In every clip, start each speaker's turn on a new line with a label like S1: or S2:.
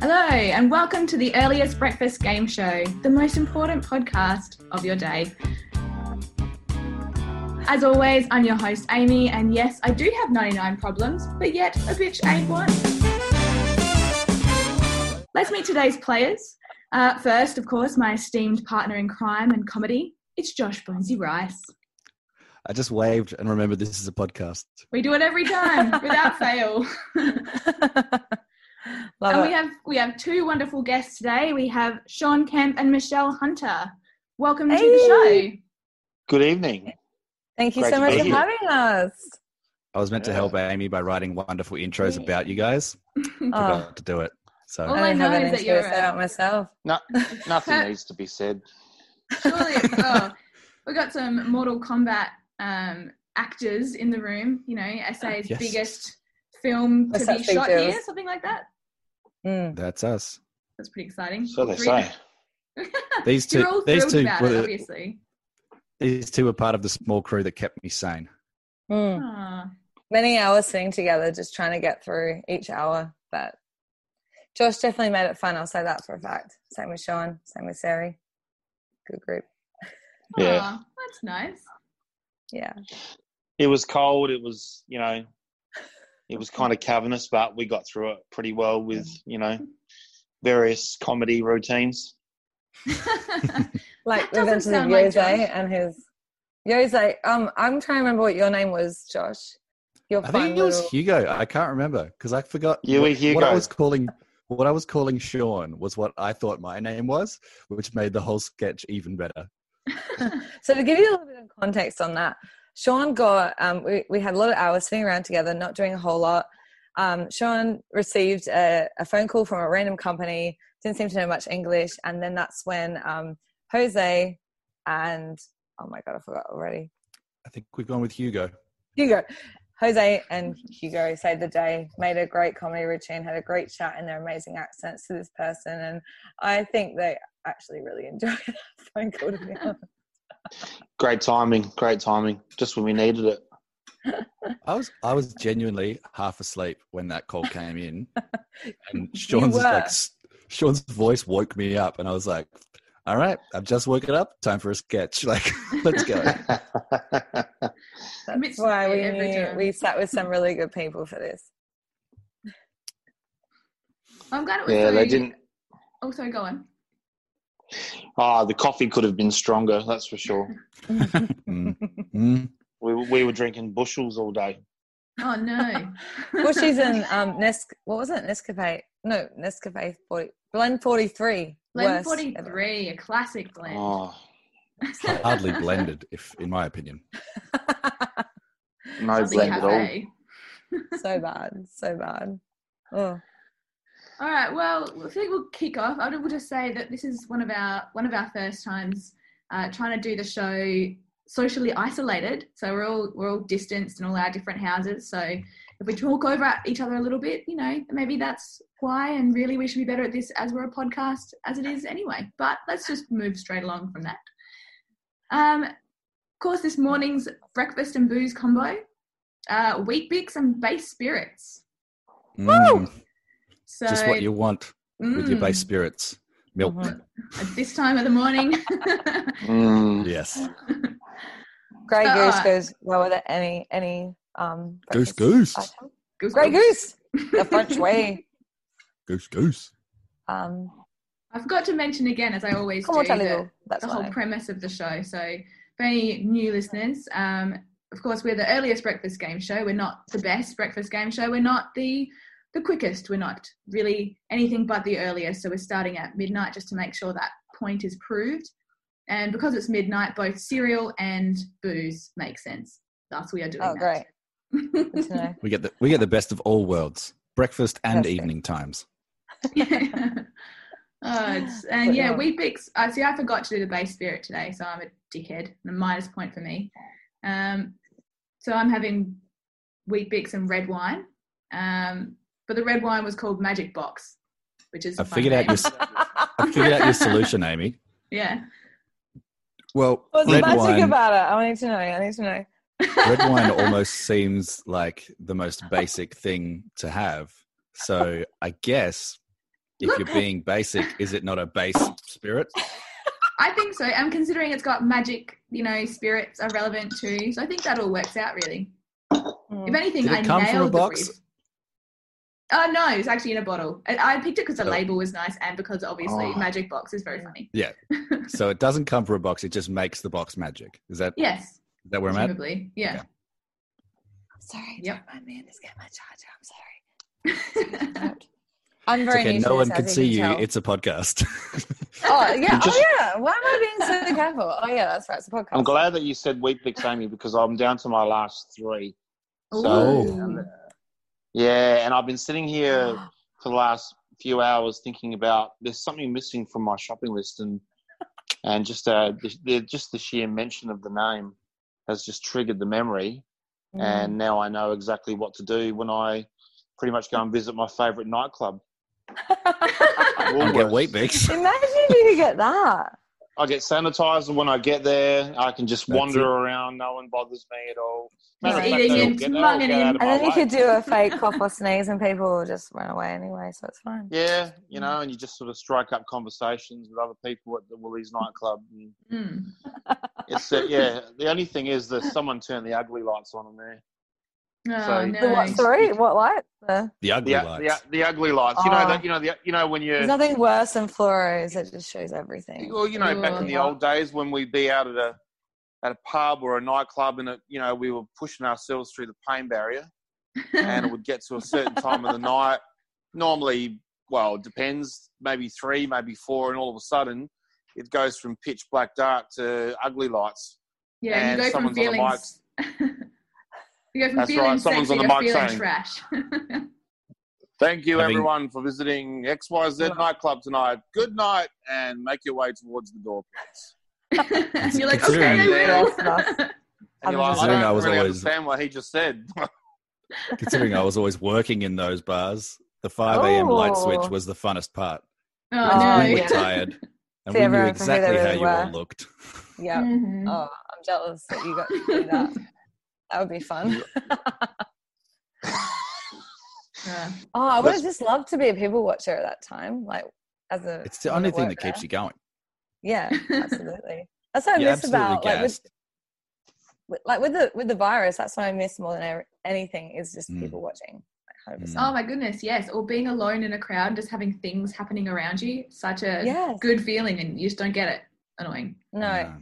S1: and welcome to the earliest breakfast game show, the most important podcast of your day. As always, I'm your host, Amy, and yes, I do have 99 problems, but yet a bitch ain't one. Let's meet today's players. Uh, first, of course, my esteemed partner in crime and comedy, it's Josh Bonesy Rice.
S2: I just waved and remembered this is a podcast.
S1: We do it every time without fail.
S3: Love
S1: and
S3: it.
S1: we have we have two wonderful guests today. We have Sean Kemp and Michelle Hunter. Welcome to the
S3: Hey.
S4: Good evening.
S3: Thank you
S4: Great
S3: so
S4: to
S3: much
S4: be
S3: for
S4: here.
S3: having us.
S2: I was meant to
S4: Yeah.
S2: help Amy by writing wonderful intros
S3: Yeah.
S2: about you guys.
S1: show.
S3: Oh,
S2: Forgot to do it. So
S1: All
S3: I
S1: I
S3: don't
S1: know
S3: have
S1: is
S3: any
S1: that
S3: choice
S1: you're a-
S3: about myself.
S4: No,
S1: Huh.
S4: nothing needs to be said.
S1: Surely, oh, we got some Mortal Kombat um, actors in the room. You know, SA's
S2: Oh, Yes.
S1: biggest film to
S3: That's
S1: be
S3: big
S1: shot
S3: deals.
S1: here, something like that. Oh.
S3: Mm.
S2: that's us.
S1: That's pretty exciting.
S4: So they
S1: Three-
S4: say.
S2: These
S1: You're
S2: two,
S1: all
S2: these
S1: thrilled
S2: two,
S1: about it,
S2: were,
S1: obviously.
S2: these two were part of the small crew that kept me sane.
S3: Mm.
S2: Hmm.
S1: Ah.
S3: Many hours sitting together, just trying to get through each hour. But Josh definitely made it fun. I'll say that for a fact. Same with Sean. Same with Sari. Good group.
S4: Yeah.
S1: Ah, that's nice.
S3: Yeah.
S4: It was cold. It was, you know, it was kind of cavernous, but we got through it pretty well with, you know, various comedy routines.
S3: Like
S1: doesn't
S3: the invention of
S1: sound like
S3: Jose
S1: Josh.
S3: and his Jose. Um, I'm trying to remember what your name was, Josh. Your
S2: I
S3: fun
S2: think it was
S3: little-
S2: Hugo. I can't remember because I forgot
S4: You
S2: what,
S4: were
S2: what I
S4: Hugo.
S2: was calling. What I was calling Sean was what I thought my name was, which made the whole sketch even better.
S3: So to give you a little bit of context on that, Sean got um, we we had a lot of hours sitting around together, not doing a whole lot. Um, Sean received a, a phone call from a random company, didn't seem to know much English, and then that's when um, Jose and oh my god, I forgot already.
S2: I think we've gone with Hugo.
S3: Hugo, Jose and Hugo saved the day, made a great comedy routine, had a great chat in their amazing accents to this person, and I think they actually really enjoyed that phone call. To be honest.
S4: Great timing. Great timing. Just when we needed it.
S2: I was I was genuinely half asleep when that call came in, and Sean's
S3: were.
S2: like s- Sean's voice woke me up, and I was like, "All right, I've just woken up. Time for a sketch. Like, let's go."
S3: That's
S1: Mitch
S3: why
S1: did
S3: we
S1: it every
S3: knew
S1: time.
S3: we sat with some really good people for this.
S1: Oh, I'm glad it was.
S4: yeah,
S1: so-
S4: they didn't.
S1: Oh, sorry, go on.
S4: Ah, the coffee could have been stronger, that's for sure.
S2: Mm, mm.
S4: We, were- we were drinking bushels all day.
S1: Oh no.
S3: Well, she's in um, Nes. What was it? Nescafe? No, Nescafe forty. Blend forty three.
S1: Blend 43, a classic blend.
S4: Oh,
S2: Hardly blended, if in my opinion.
S4: no
S1: Something
S4: blend at all.
S1: cafe.
S3: so bad. So bad. Oh,
S1: All right. Well, I think we'll kick off. I would just say that this is one of our one of our first times uh, trying to do the show socially isolated. So we're all we're all distanced in all our different houses. So if we talk over at each other a little bit, you know, maybe that's why. And really, we should be better at this as we're a podcast as it is anyway. But let's just move straight along from that. Um, of course, this morning's breakfast and booze combo: uh, wheat bix and base spirits.
S2: Mm,
S1: So
S2: just what you want with your
S1: Mm.
S2: base spirits, milk.
S3: mhm.
S1: at this time of the morning.
S4: Mm.
S2: Yes,
S3: Grey
S1: So,
S3: goose
S1: uh,
S3: goes well with it. Any any um.
S2: goose,
S3: breakfast
S2: goose,
S3: item.
S1: Goose
S3: Grey
S1: bumps.
S3: goose. The French way.
S2: goose, goose.
S3: Um.
S1: I forgot to mention again, as I always
S3: Como
S1: do,
S3: te
S1: the,
S3: digo? That's
S1: the whole
S3: what I-
S1: premise of the show. So, for any new listeners, um, of course, we're the earliest breakfast game show. We're not the best breakfast game show. We're not the the quickest. We're not really anything but the earliest. So we're starting at midnight just to make sure that point is proved. And because it's midnight, both cereal and booze make sense. Thus, we are doing
S3: Oh, great.
S1: that.
S3: Good to know.
S2: We get the we get the best of all worlds, breakfast and
S3: Perfect.
S2: evening times.
S1: yeah. Oh, it's, and
S3: But
S1: yeah,
S2: uh,
S3: no.
S1: wheat bix. I see. I forgot to do the base spirit today, so I'm a dickhead. A minus point for me. Um, so I'm having wheat bix and red wine. Um, but the red wine was called Magic Box, which is.
S2: I
S1: a fun
S2: figured out
S1: name.
S2: your s- I figured out your solution, Amy.
S1: yeah.
S2: Well,
S3: What's the
S2: red
S3: magic
S2: wine,
S3: about it? I need to know. I need to know.
S2: red wine almost seems like the most basic thing to have. So I guess if you're being basic, is it not a base spirit?
S1: I think so. I'm considering it's got magic, you know, spirits are relevant too. So I think that all works out really.
S3: Hmm.
S1: If anything,
S2: Did it
S1: I
S2: come
S1: nailed
S2: from a
S1: the
S2: box?
S1: brief. Oh no, it's actually in a bottle. I, I picked it because the
S2: Oh.
S1: label was nice and because obviously
S4: Oh.
S1: magic box is very
S3: Yeah.
S1: funny.
S2: So it doesn't come from a box; it just makes the box magic. Is that is
S1: Yes,
S2: that where I'm at?
S1: presumably. Yeah.
S3: Sorry,
S1: Yep.
S3: don't mind me. I just get my charger. I'm
S1: yeah.
S3: sorry. I'm
S2: It's
S3: very
S2: okay.
S3: new to
S2: No
S3: this,
S2: one
S3: as
S2: can
S3: you
S2: see you.
S3: tell.
S2: It's a podcast.
S3: oh yeah,
S4: Just-
S3: oh yeah. Why am I being so careful? Oh yeah, that's right. It's a podcast.
S4: I'm glad that you said wheat picks Amy because I'm down to my last three. So,
S2: Oh.
S4: yeah, and I've been sitting here for the last few hours thinking about there's something missing from my shopping list, and and just uh, the, the, just the sheer mention of the name has just triggered the memory,
S2: Mm.
S3: Mm.
S4: and now I know exactly what to do when I pretty much go and visit my favourite nightclub.
S2: I'll get
S4: Woolworths.
S2: wheat mix.
S3: Imagine if you could get that.
S4: I get sanitizer when I get there. I can just
S2: That's
S4: wander
S2: it.
S4: around. No one bothers me at all. Matter of
S3: Just
S4: fact,
S1: eating
S4: they'll
S1: and
S4: get- they'll
S1: mugging
S4: get out
S1: in.
S4: of
S3: And
S4: my
S3: then you
S4: way.
S3: could do a fake cough or sneeze, and people will just run away anyway, so it's fine.
S4: Yeah, you
S2: Mm.
S4: know, and you just sort of strike up conversations with other people at the Woolies nightclub. And
S1: Mm.
S4: it's uh, yeah. The only thing is that someone turned the ugly lights on in there.
S1: Oh,
S4: So-
S1: no.
S3: The what?
S4: Nice.
S3: Sorry, what light? The,
S2: The ugly
S4: The,
S2: lights.
S4: the, the ugly lights. You know
S3: Oh.
S4: that. You know the. You know when
S3: There's
S4: you.
S3: nothing worse than fluoros. It just shows everything.
S4: Well, you know, back in the
S1: Oh.
S4: old days when we'd be out at a at a pub or a nightclub, and it, you know we were pushing ourselves through the pain barrier. and it would get to a certain time of the night. Normally, well, it depends, maybe three, maybe four, and all of a sudden it goes from pitch black dark to ugly lights.
S1: yeah,
S4: and
S1: you go from
S4: someone's on the
S1: feeling. you go from
S4: That's
S1: feeling
S4: right, someone's on
S1: sexy to
S4: the mic
S1: feeling
S4: saying-
S1: trash.
S4: Thank you,
S2: Having-
S4: everyone, for visiting XYZ
S3: Well-
S4: nightclub tonight. Good night, and make your way towards the door, please.
S1: You're like,
S2: Considering-
S1: okay, I
S3: Yeah.
S1: will.
S3: I'm
S4: And you're like, I
S2: considering
S4: don't
S2: I was
S4: really
S2: always-
S4: understand what he just said.
S2: Considering I was always working in those bars, the 5 a.m. light switch
S3: Oh.
S2: was the funnest part.
S1: oh
S3: Oh,
S1: no.
S2: we were
S3: yeah.
S2: tired, and
S3: See
S2: we knew
S3: everyone for who they
S2: exactly how
S3: really
S2: you all
S3: were.
S2: looked.
S3: yeah.
S1: Mhm.
S3: Oh, I'm jealous that you got to do that. that would be fun.
S1: Yeah.
S3: Oh, I would have
S4: That's-
S3: just loved to be a people watcher at that time. Like, as a
S2: It's the
S3: when I
S2: only thing that
S3: worked
S2: keeps
S3: there.
S2: you going.
S3: Yeah, absolutely. That's what I
S2: You're
S3: miss
S2: absolutely
S3: about like with,
S2: gassed.
S3: with like with the with the virus. That's what I miss more than ever- anything is
S2: Mm.
S3: just people watching. Like, 100%.
S1: Oh my goodness, yes. Or being alone in a crowd and just having things happening around you. Such a
S3: Yes.
S1: good feeling and you just don't get it. Annoying.
S3: No,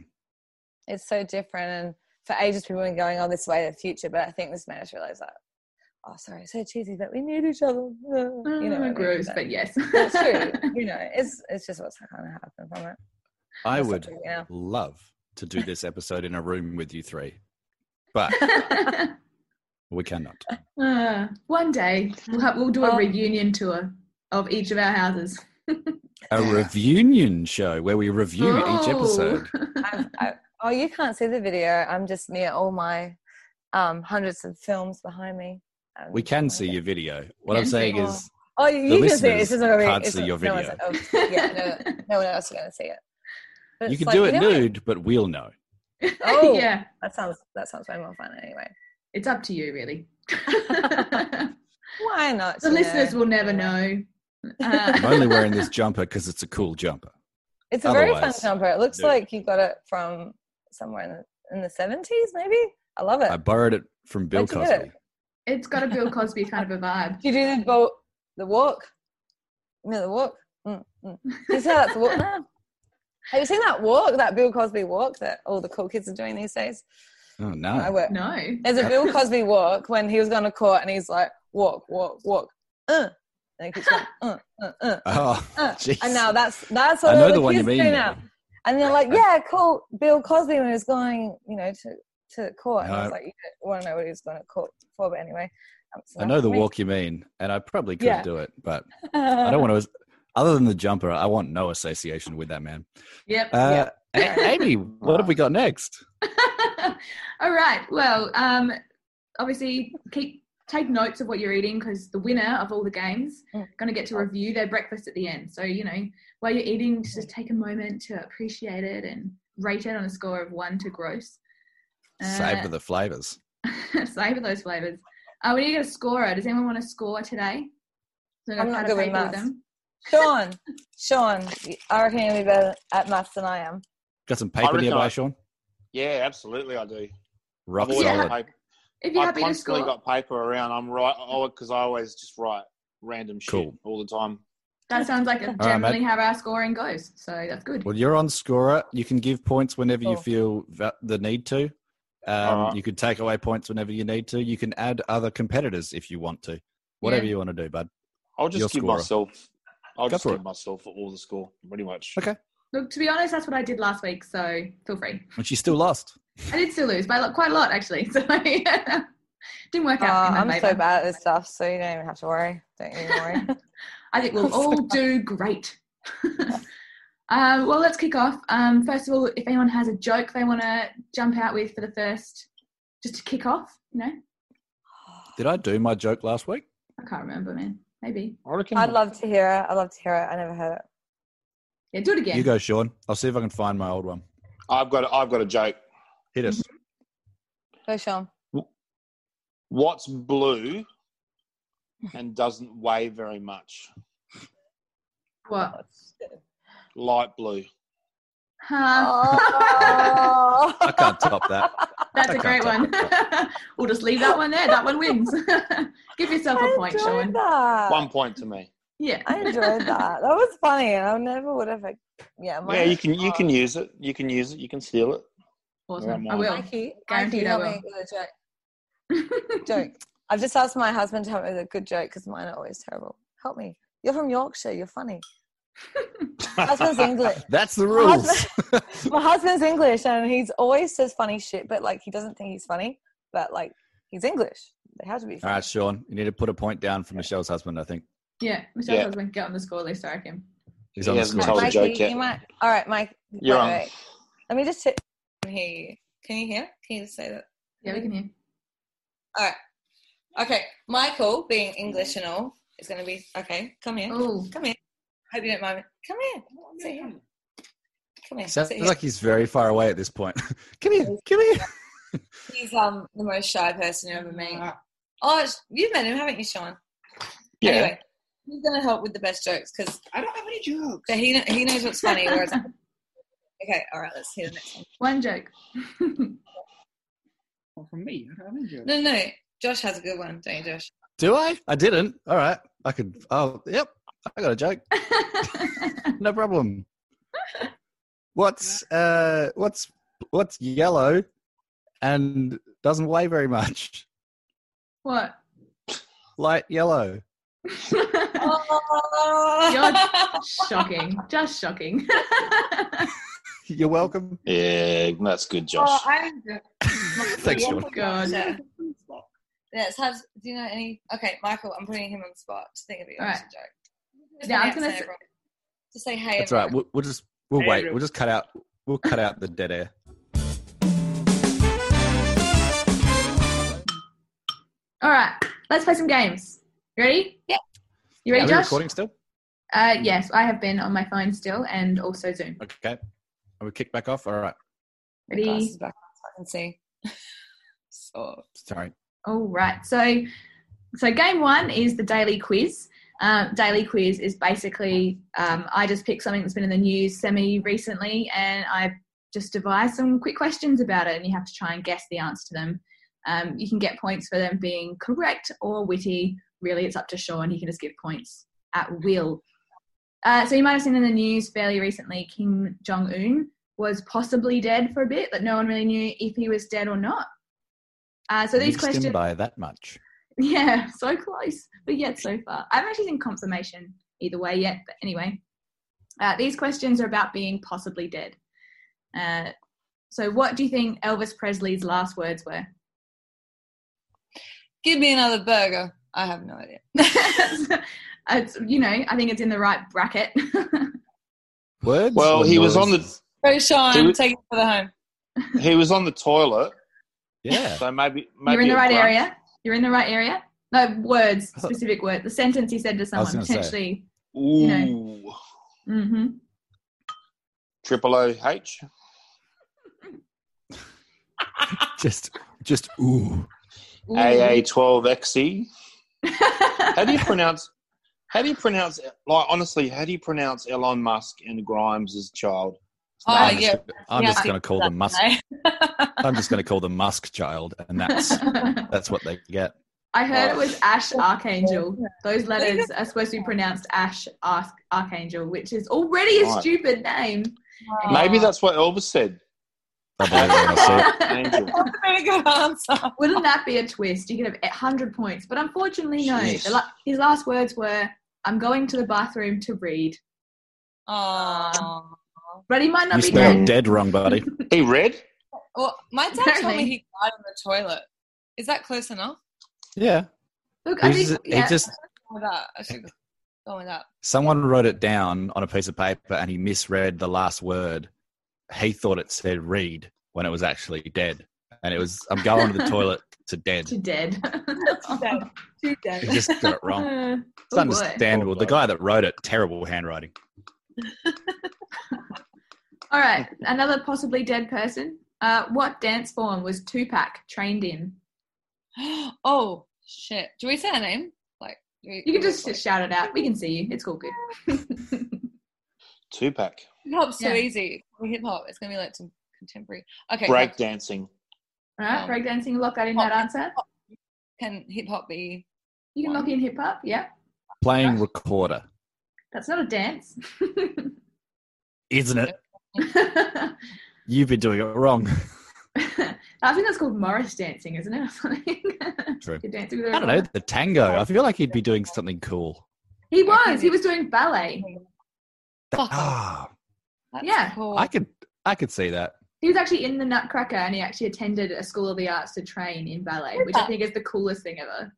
S3: it's so different. And for ages, people have been going, "Oh, this way the future," but I think this made us realize that. Oh, sorry, so cheesy that we need each other. You know, what I mean?
S1: Ah, Oh, gross, but yes.
S3: that's true. You know, it's it's just what's kind of happened from it.
S2: I
S3: That's not
S2: would
S3: true, yeah.
S2: love to do this episode in a room with you three, but we cannot.
S1: Uh, one day we'll, have, we'll do a
S3: Oh.
S1: reunion tour of each of our houses.
S2: A reunion show where we review each
S1: Oh.
S2: episode.
S3: I've, I, oh, you can't see the video. I'm just near all my um, hundreds of films behind me. and-
S2: We can see your video. What I'm
S1: Can see.
S2: saying is,
S3: Oh, you, you can see it.
S2: listeners
S3: It's just not
S2: can't
S3: it's
S2: see
S3: not-
S2: your
S3: no one's- oh, yeah, no, no one else is going to see it. But
S2: you
S3: it's
S2: can
S3: like,
S2: do it
S3: you know what?
S2: nude, but we'll know.
S3: Oh.
S1: yeah,
S3: That sounds that sounds way more fun anyway.
S1: it's up to you, really.
S3: Why not?
S1: the
S3: you know?
S1: listeners will never know. Uh,
S2: I'm only wearing this jumper because it's a cool jumper.
S3: It's a very fun
S2: Otherwise,
S3: jumper. It looks
S2: do it.
S3: like you got it from somewhere in the, in the 70s, maybe. I love it.
S2: I borrowed it from Bill
S3: Where'd you get it?
S2: Cosby.
S1: It's got a Bill Cosby kind of a vibe.
S3: Do you do the boat, the walk? You know, the walk. Mm, mm. You see how that's a walk now? Have you seen that walk, that Bill Cosby walk that all the cool kids are doing these days?
S2: Oh
S3: I
S2: no!
S3: work.
S1: No.
S3: There's a Bill Cosby walk when he was going to court and he's like, walk, walk, walk. Uh, and he keeps going, uh, uh, uh,
S2: Oh,
S3: uh.
S2: jeez.
S3: And now that's that's
S2: I
S3: what
S2: know
S3: all
S2: the
S3: the,
S2: one you
S3: kids
S2: mean,
S3: do now.
S2: though.
S3: And they're like, yeah, cool. Bill Cosby when he was going, you know, to to court. And I was
S2: No.
S3: like, you don't want to know what he was going to court for, but anyway. um, it's
S2: I
S3: enough
S2: know
S3: for
S2: the
S3: me.
S2: walk you mean, and I probably could
S3: Yeah. Uh.
S2: do it, but I don't want to. Other than the jumper, I want no association with that man.
S1: Yep.
S2: Uh,
S3: Yeah.
S2: A- Amy, what have we got next?
S1: All right. Well, um, obviously, keep take notes of what you're eating because the winner of all the games
S3: Mm.
S1: going to get to review their breakfast at the end. So you know, while you're eating,
S3: Mm-hmm.
S1: just take a moment to appreciate it and rate it on a score of one to gross.
S2: Savor the flavors.
S1: the savor those Uh, flavors. Uh, we need a scorer. Does anyone want to score today? So
S3: I'm
S1: pad
S3: not
S1: a
S3: good with
S1: paper
S3: maths.
S1: them.
S3: Sean, Sean, I reckon you'll be better at maths than I am.
S2: Got some
S4: I
S2: paper
S4: reckon
S2: nearby,
S4: I-
S2: Sean?
S4: Yeah, absolutely, I do.
S2: Rock
S4: I've always
S1: Yeah.
S2: solid.
S4: got paper.
S1: If you're
S4: I've
S1: happy to
S4: constantly
S1: score,
S4: got paper around. I'm right because I always just write random shit
S2: Cool.
S4: all the time.
S1: that sounds like
S3: All
S1: that's
S3: right,
S2: mate.
S1: generally how our scoring goes. So that's good.
S2: Well, you're on scorer. You can give points whenever you
S3: Cool.
S2: feel va- the need to. Um,
S4: Alright.
S2: You can take away points whenever you need to. You can add other competitors if you want to. Whatever you want to do, bud.
S4: I'll just
S2: Your
S4: give
S2: scorer.
S4: myself. I'll
S2: Go
S4: just
S2: for
S4: give
S2: it.
S4: myself all the score, pretty much.
S2: Okay.
S1: Look, to be honest, that's what I did last week. So feel free.
S2: And she still lost.
S1: I did still lose by lo- quite a lot actually. So didn't work
S3: Oh,
S1: out. in
S3: I'm
S1: my
S3: so
S1: favour.
S3: bad at this stuff, so you don't even have to worry. Don't you worry.
S1: I think we'll all do great. um, well, let's kick off. Um, first of all, if anyone has a joke they want to jump out with for the first, just to kick off, you know,
S2: Did I do my joke last week?
S1: I can't remember, man. Maybe.
S4: I reckon.
S3: I'd love to hear it. I'd love to hear it. I never heard it.
S1: Yeah, do it again.
S2: You go, Sean. I'll see if I can find my old one.
S4: I've got. I've got a joke.
S2: Hit us.
S3: Go, Sean.
S4: What's blue and doesn't weigh very much?
S1: What?
S4: Light blue.
S1: Huh.
S3: Oh.
S2: I can't top that.
S1: That's
S2: I
S1: a
S2: can't
S1: great one. we'll just leave that one there. That one wins. Give yourself
S3: I
S1: a point,
S3: enjoyed
S1: Sean.
S3: that.
S4: One point to me.
S1: Yeah.
S3: I enjoyed that. That was funny, and I never would have. like, Yeah, my,
S4: Yeah, you can. You can use it. You can use it. You can steal it.
S1: Awesome. I
S4: Right,
S1: will.
S3: Mikey,
S1: Guaranteed
S3: Mikey,
S1: I
S3: help
S1: will.
S3: me with a joke. joke. I've just asked my husband to help me with a good joke because mine are always terrible. Help me. You're from Yorkshire. You're funny. Husband's English.
S2: That's the
S3: My
S2: rules.
S3: husband- my husband's English, and he's always says funny shit, but like he doesn't think he's funny. But like he's English. They have to be
S2: All
S3: funny.
S2: right, Sean. You need to put a point down for Michelle's husband, I think.
S1: Yeah. Michelle's
S4: Yeah.
S1: husband get on the score list, I reckon.
S2: He's
S4: He
S2: on the
S4: hasn't
S2: score.
S3: Right,
S4: told a
S3: Mikey,
S4: joke yet.
S3: You might. All right, Mike.
S4: You're
S3: wait,
S4: on.
S3: wait. Let me just sit. I can hear you. Can you hear? Can you just say that?
S1: Yeah, we can hear.
S3: All right. Okay. Michael, being English and all, is going to be okay. Come here.
S1: Oh,
S3: Come here. Hope you don't mind. me. Come here. Sit here. Come here.
S2: Sounds
S3: Sit here.
S2: like he's very far away at this point. come here. Come here.
S3: He's um the most shy person you ever
S5: Uh,
S3: met. Oh, it's- you've met him, haven't you, Sean?
S4: Yeah.
S3: Anyway, he's going to help with the best jokes because
S4: I don't have any jokes.
S3: so he kn- he knows what's funny. Whereas, I'm- okay, all right, let's hear the next one.
S1: one joke.
S4: From me, I don't have any jokes.
S3: No, no, no. Josh has a good one, don't you, Josh?
S2: Do I? I didn't. All right. I could. Oh, yep. I got a joke. No problem. What's uh what's what's yellow and doesn't weigh very much?
S1: what?
S2: Light yellow.
S3: Oh.
S1: shocking. Just shocking.
S2: You're welcome.
S4: Yeah, that's good, Josh.
S3: I'm
S2: Thanks, Sean.
S1: God.
S3: Yeah. Let's have. Do you know any? Okay, Michael, I'm putting him on the spot to think of the
S1: All right.
S3: right. joke.
S1: Yeah, I was
S3: announce
S1: gonna
S3: it,
S1: say-
S3: everyone. Just say hey.
S2: That's all right.
S3: everyone.
S2: We'll, we'll just we'll
S4: Hey,
S2: wait.
S4: everyone.
S2: We'll just cut out we'll cut out the dead air.
S1: All right, let's play some games. You ready?
S3: Yeah.
S1: You ready,
S2: Are we
S1: Josh?
S2: recording still?
S1: Uh, yes, I have been on my phone still and also Zoom.
S2: Okay. Are we kicked back off? All right.
S3: My
S1: Ready?
S3: glasses back on so I can see. so
S2: Sorry.
S1: All right. So, so game one is the daily quiz. Um, daily quiz is basically um, I just pick something that's been in the news semi recently, and I just devise some quick questions about it, and you have to try and guess the answer to them. Um, you can get points for them being correct or witty. Really, it's up to Sean. He can just give points at will. Uh, so you might have seen in the news fairly recently, Kim Jong Un was possibly dead for a bit, but no one really knew if he was dead or not. Uh, so these
S2: Missed him
S1: questions,
S2: by that much.
S1: yeah, so close, but yet so far. I haven't actually seen confirmation either way yet, but anyway. Uh, these questions are about being possibly dead. Uh, so, what do you think Elvis Presley's last words were?
S3: give me another burger. I have no idea.
S1: it's, you know, I think it's in the right bracket.
S2: Words?
S4: Well,
S2: or
S4: he was on the-
S2: noises?
S3: Go, Sean.
S4: Do it.
S3: Take it for the home.
S4: He was on the toilet,
S2: Yeah.
S4: so maybe maybe
S1: You're in the
S4: a
S1: right
S4: grunt.
S1: area. You're in the right area. No words,
S2: I thought-
S1: specific word. The sentence he said to someone
S2: gonna say.
S1: potentially.
S4: Ooh,
S1: hmm
S4: triple O H.
S2: just just ooh.
S4: E.
S1: Mm-hmm.
S4: AA12XE. How do you pronounce How do you pronounce like honestly? How do you pronounce Elon Musk and Grimes' child?
S3: Oh,
S2: I'm
S3: yeah.
S2: just, I'm
S3: Yeah.
S2: just going to call them Musk.
S3: Musk.
S2: I'm just going to call them Musk Child, and that's that's what they get.
S1: I heard it was Ash Archangel. Those letters are supposed to be pronounced Ash Arch- Archangel, which is already a
S4: Right.
S1: stupid name.
S3: Oh.
S4: Maybe that's what Elvis said.
S2: I believe it when I see it.
S4: Angel.
S3: That's a pretty good answer.
S1: Wouldn't that be a twist? You could have 100 points. But unfortunately, no.
S4: Jeez.
S1: The la- his last words were, I'm going to the bathroom to read.
S3: Aww.
S1: But he might not
S2: You
S1: be
S2: spelled
S1: dead.
S2: dead wrong, buddy.
S4: He read.
S3: Well, my dad told
S1: Apparently.
S3: me he died in the toilet. Is that close enough?
S2: Yeah,
S1: Look, I
S2: he just,
S1: think,
S2: he
S1: yeah,
S2: just
S3: Go with that. I should go with that.
S2: someone wrote it down on a piece of paper, and he misread the last word. He thought it said "read" when it was actually "dead," and it was "I'm going to the toilet to dead."
S1: to dead.
S3: Too
S2: He just got it wrong. It's
S1: Oh, boy.
S2: understandable. The guy that wrote it, terrible handwriting.
S1: All right, another possibly dead person. Uh, what dance form was Tupac trained in?
S3: oh shit! Do we say her name? Like do we,
S1: You can just
S3: like,
S1: shout it out. We can see you. It's all good.
S4: Tupac.
S3: hip hop's so
S1: Yeah.
S3: easy. Hip hop. It's gonna be like some contemporary. Okay.
S4: Break dancing.
S1: All right,
S3: Um,
S1: breakdancing, lock that in that answer.
S3: Can hip hop be?
S1: You can lock in hip hop. Yeah,
S2: Playing recorder,
S1: that's not a dance.
S2: isn't it? You've been doing it wrong.
S1: I think that's called Morris dancing, isn't it? Or something.
S2: True.
S1: You're dancing with
S2: I don't know the tango. I feel like he'd be doing something cool.
S1: He was. He was doing ballet.
S3: Fuck. off.
S2: Ah,
S3: That's
S1: yeah.
S3: Cool.
S2: I could, I could see that.
S1: He was actually in the Nutcracker, and he actually attended a school of the arts to train in ballet, which I think is the coolest thing ever.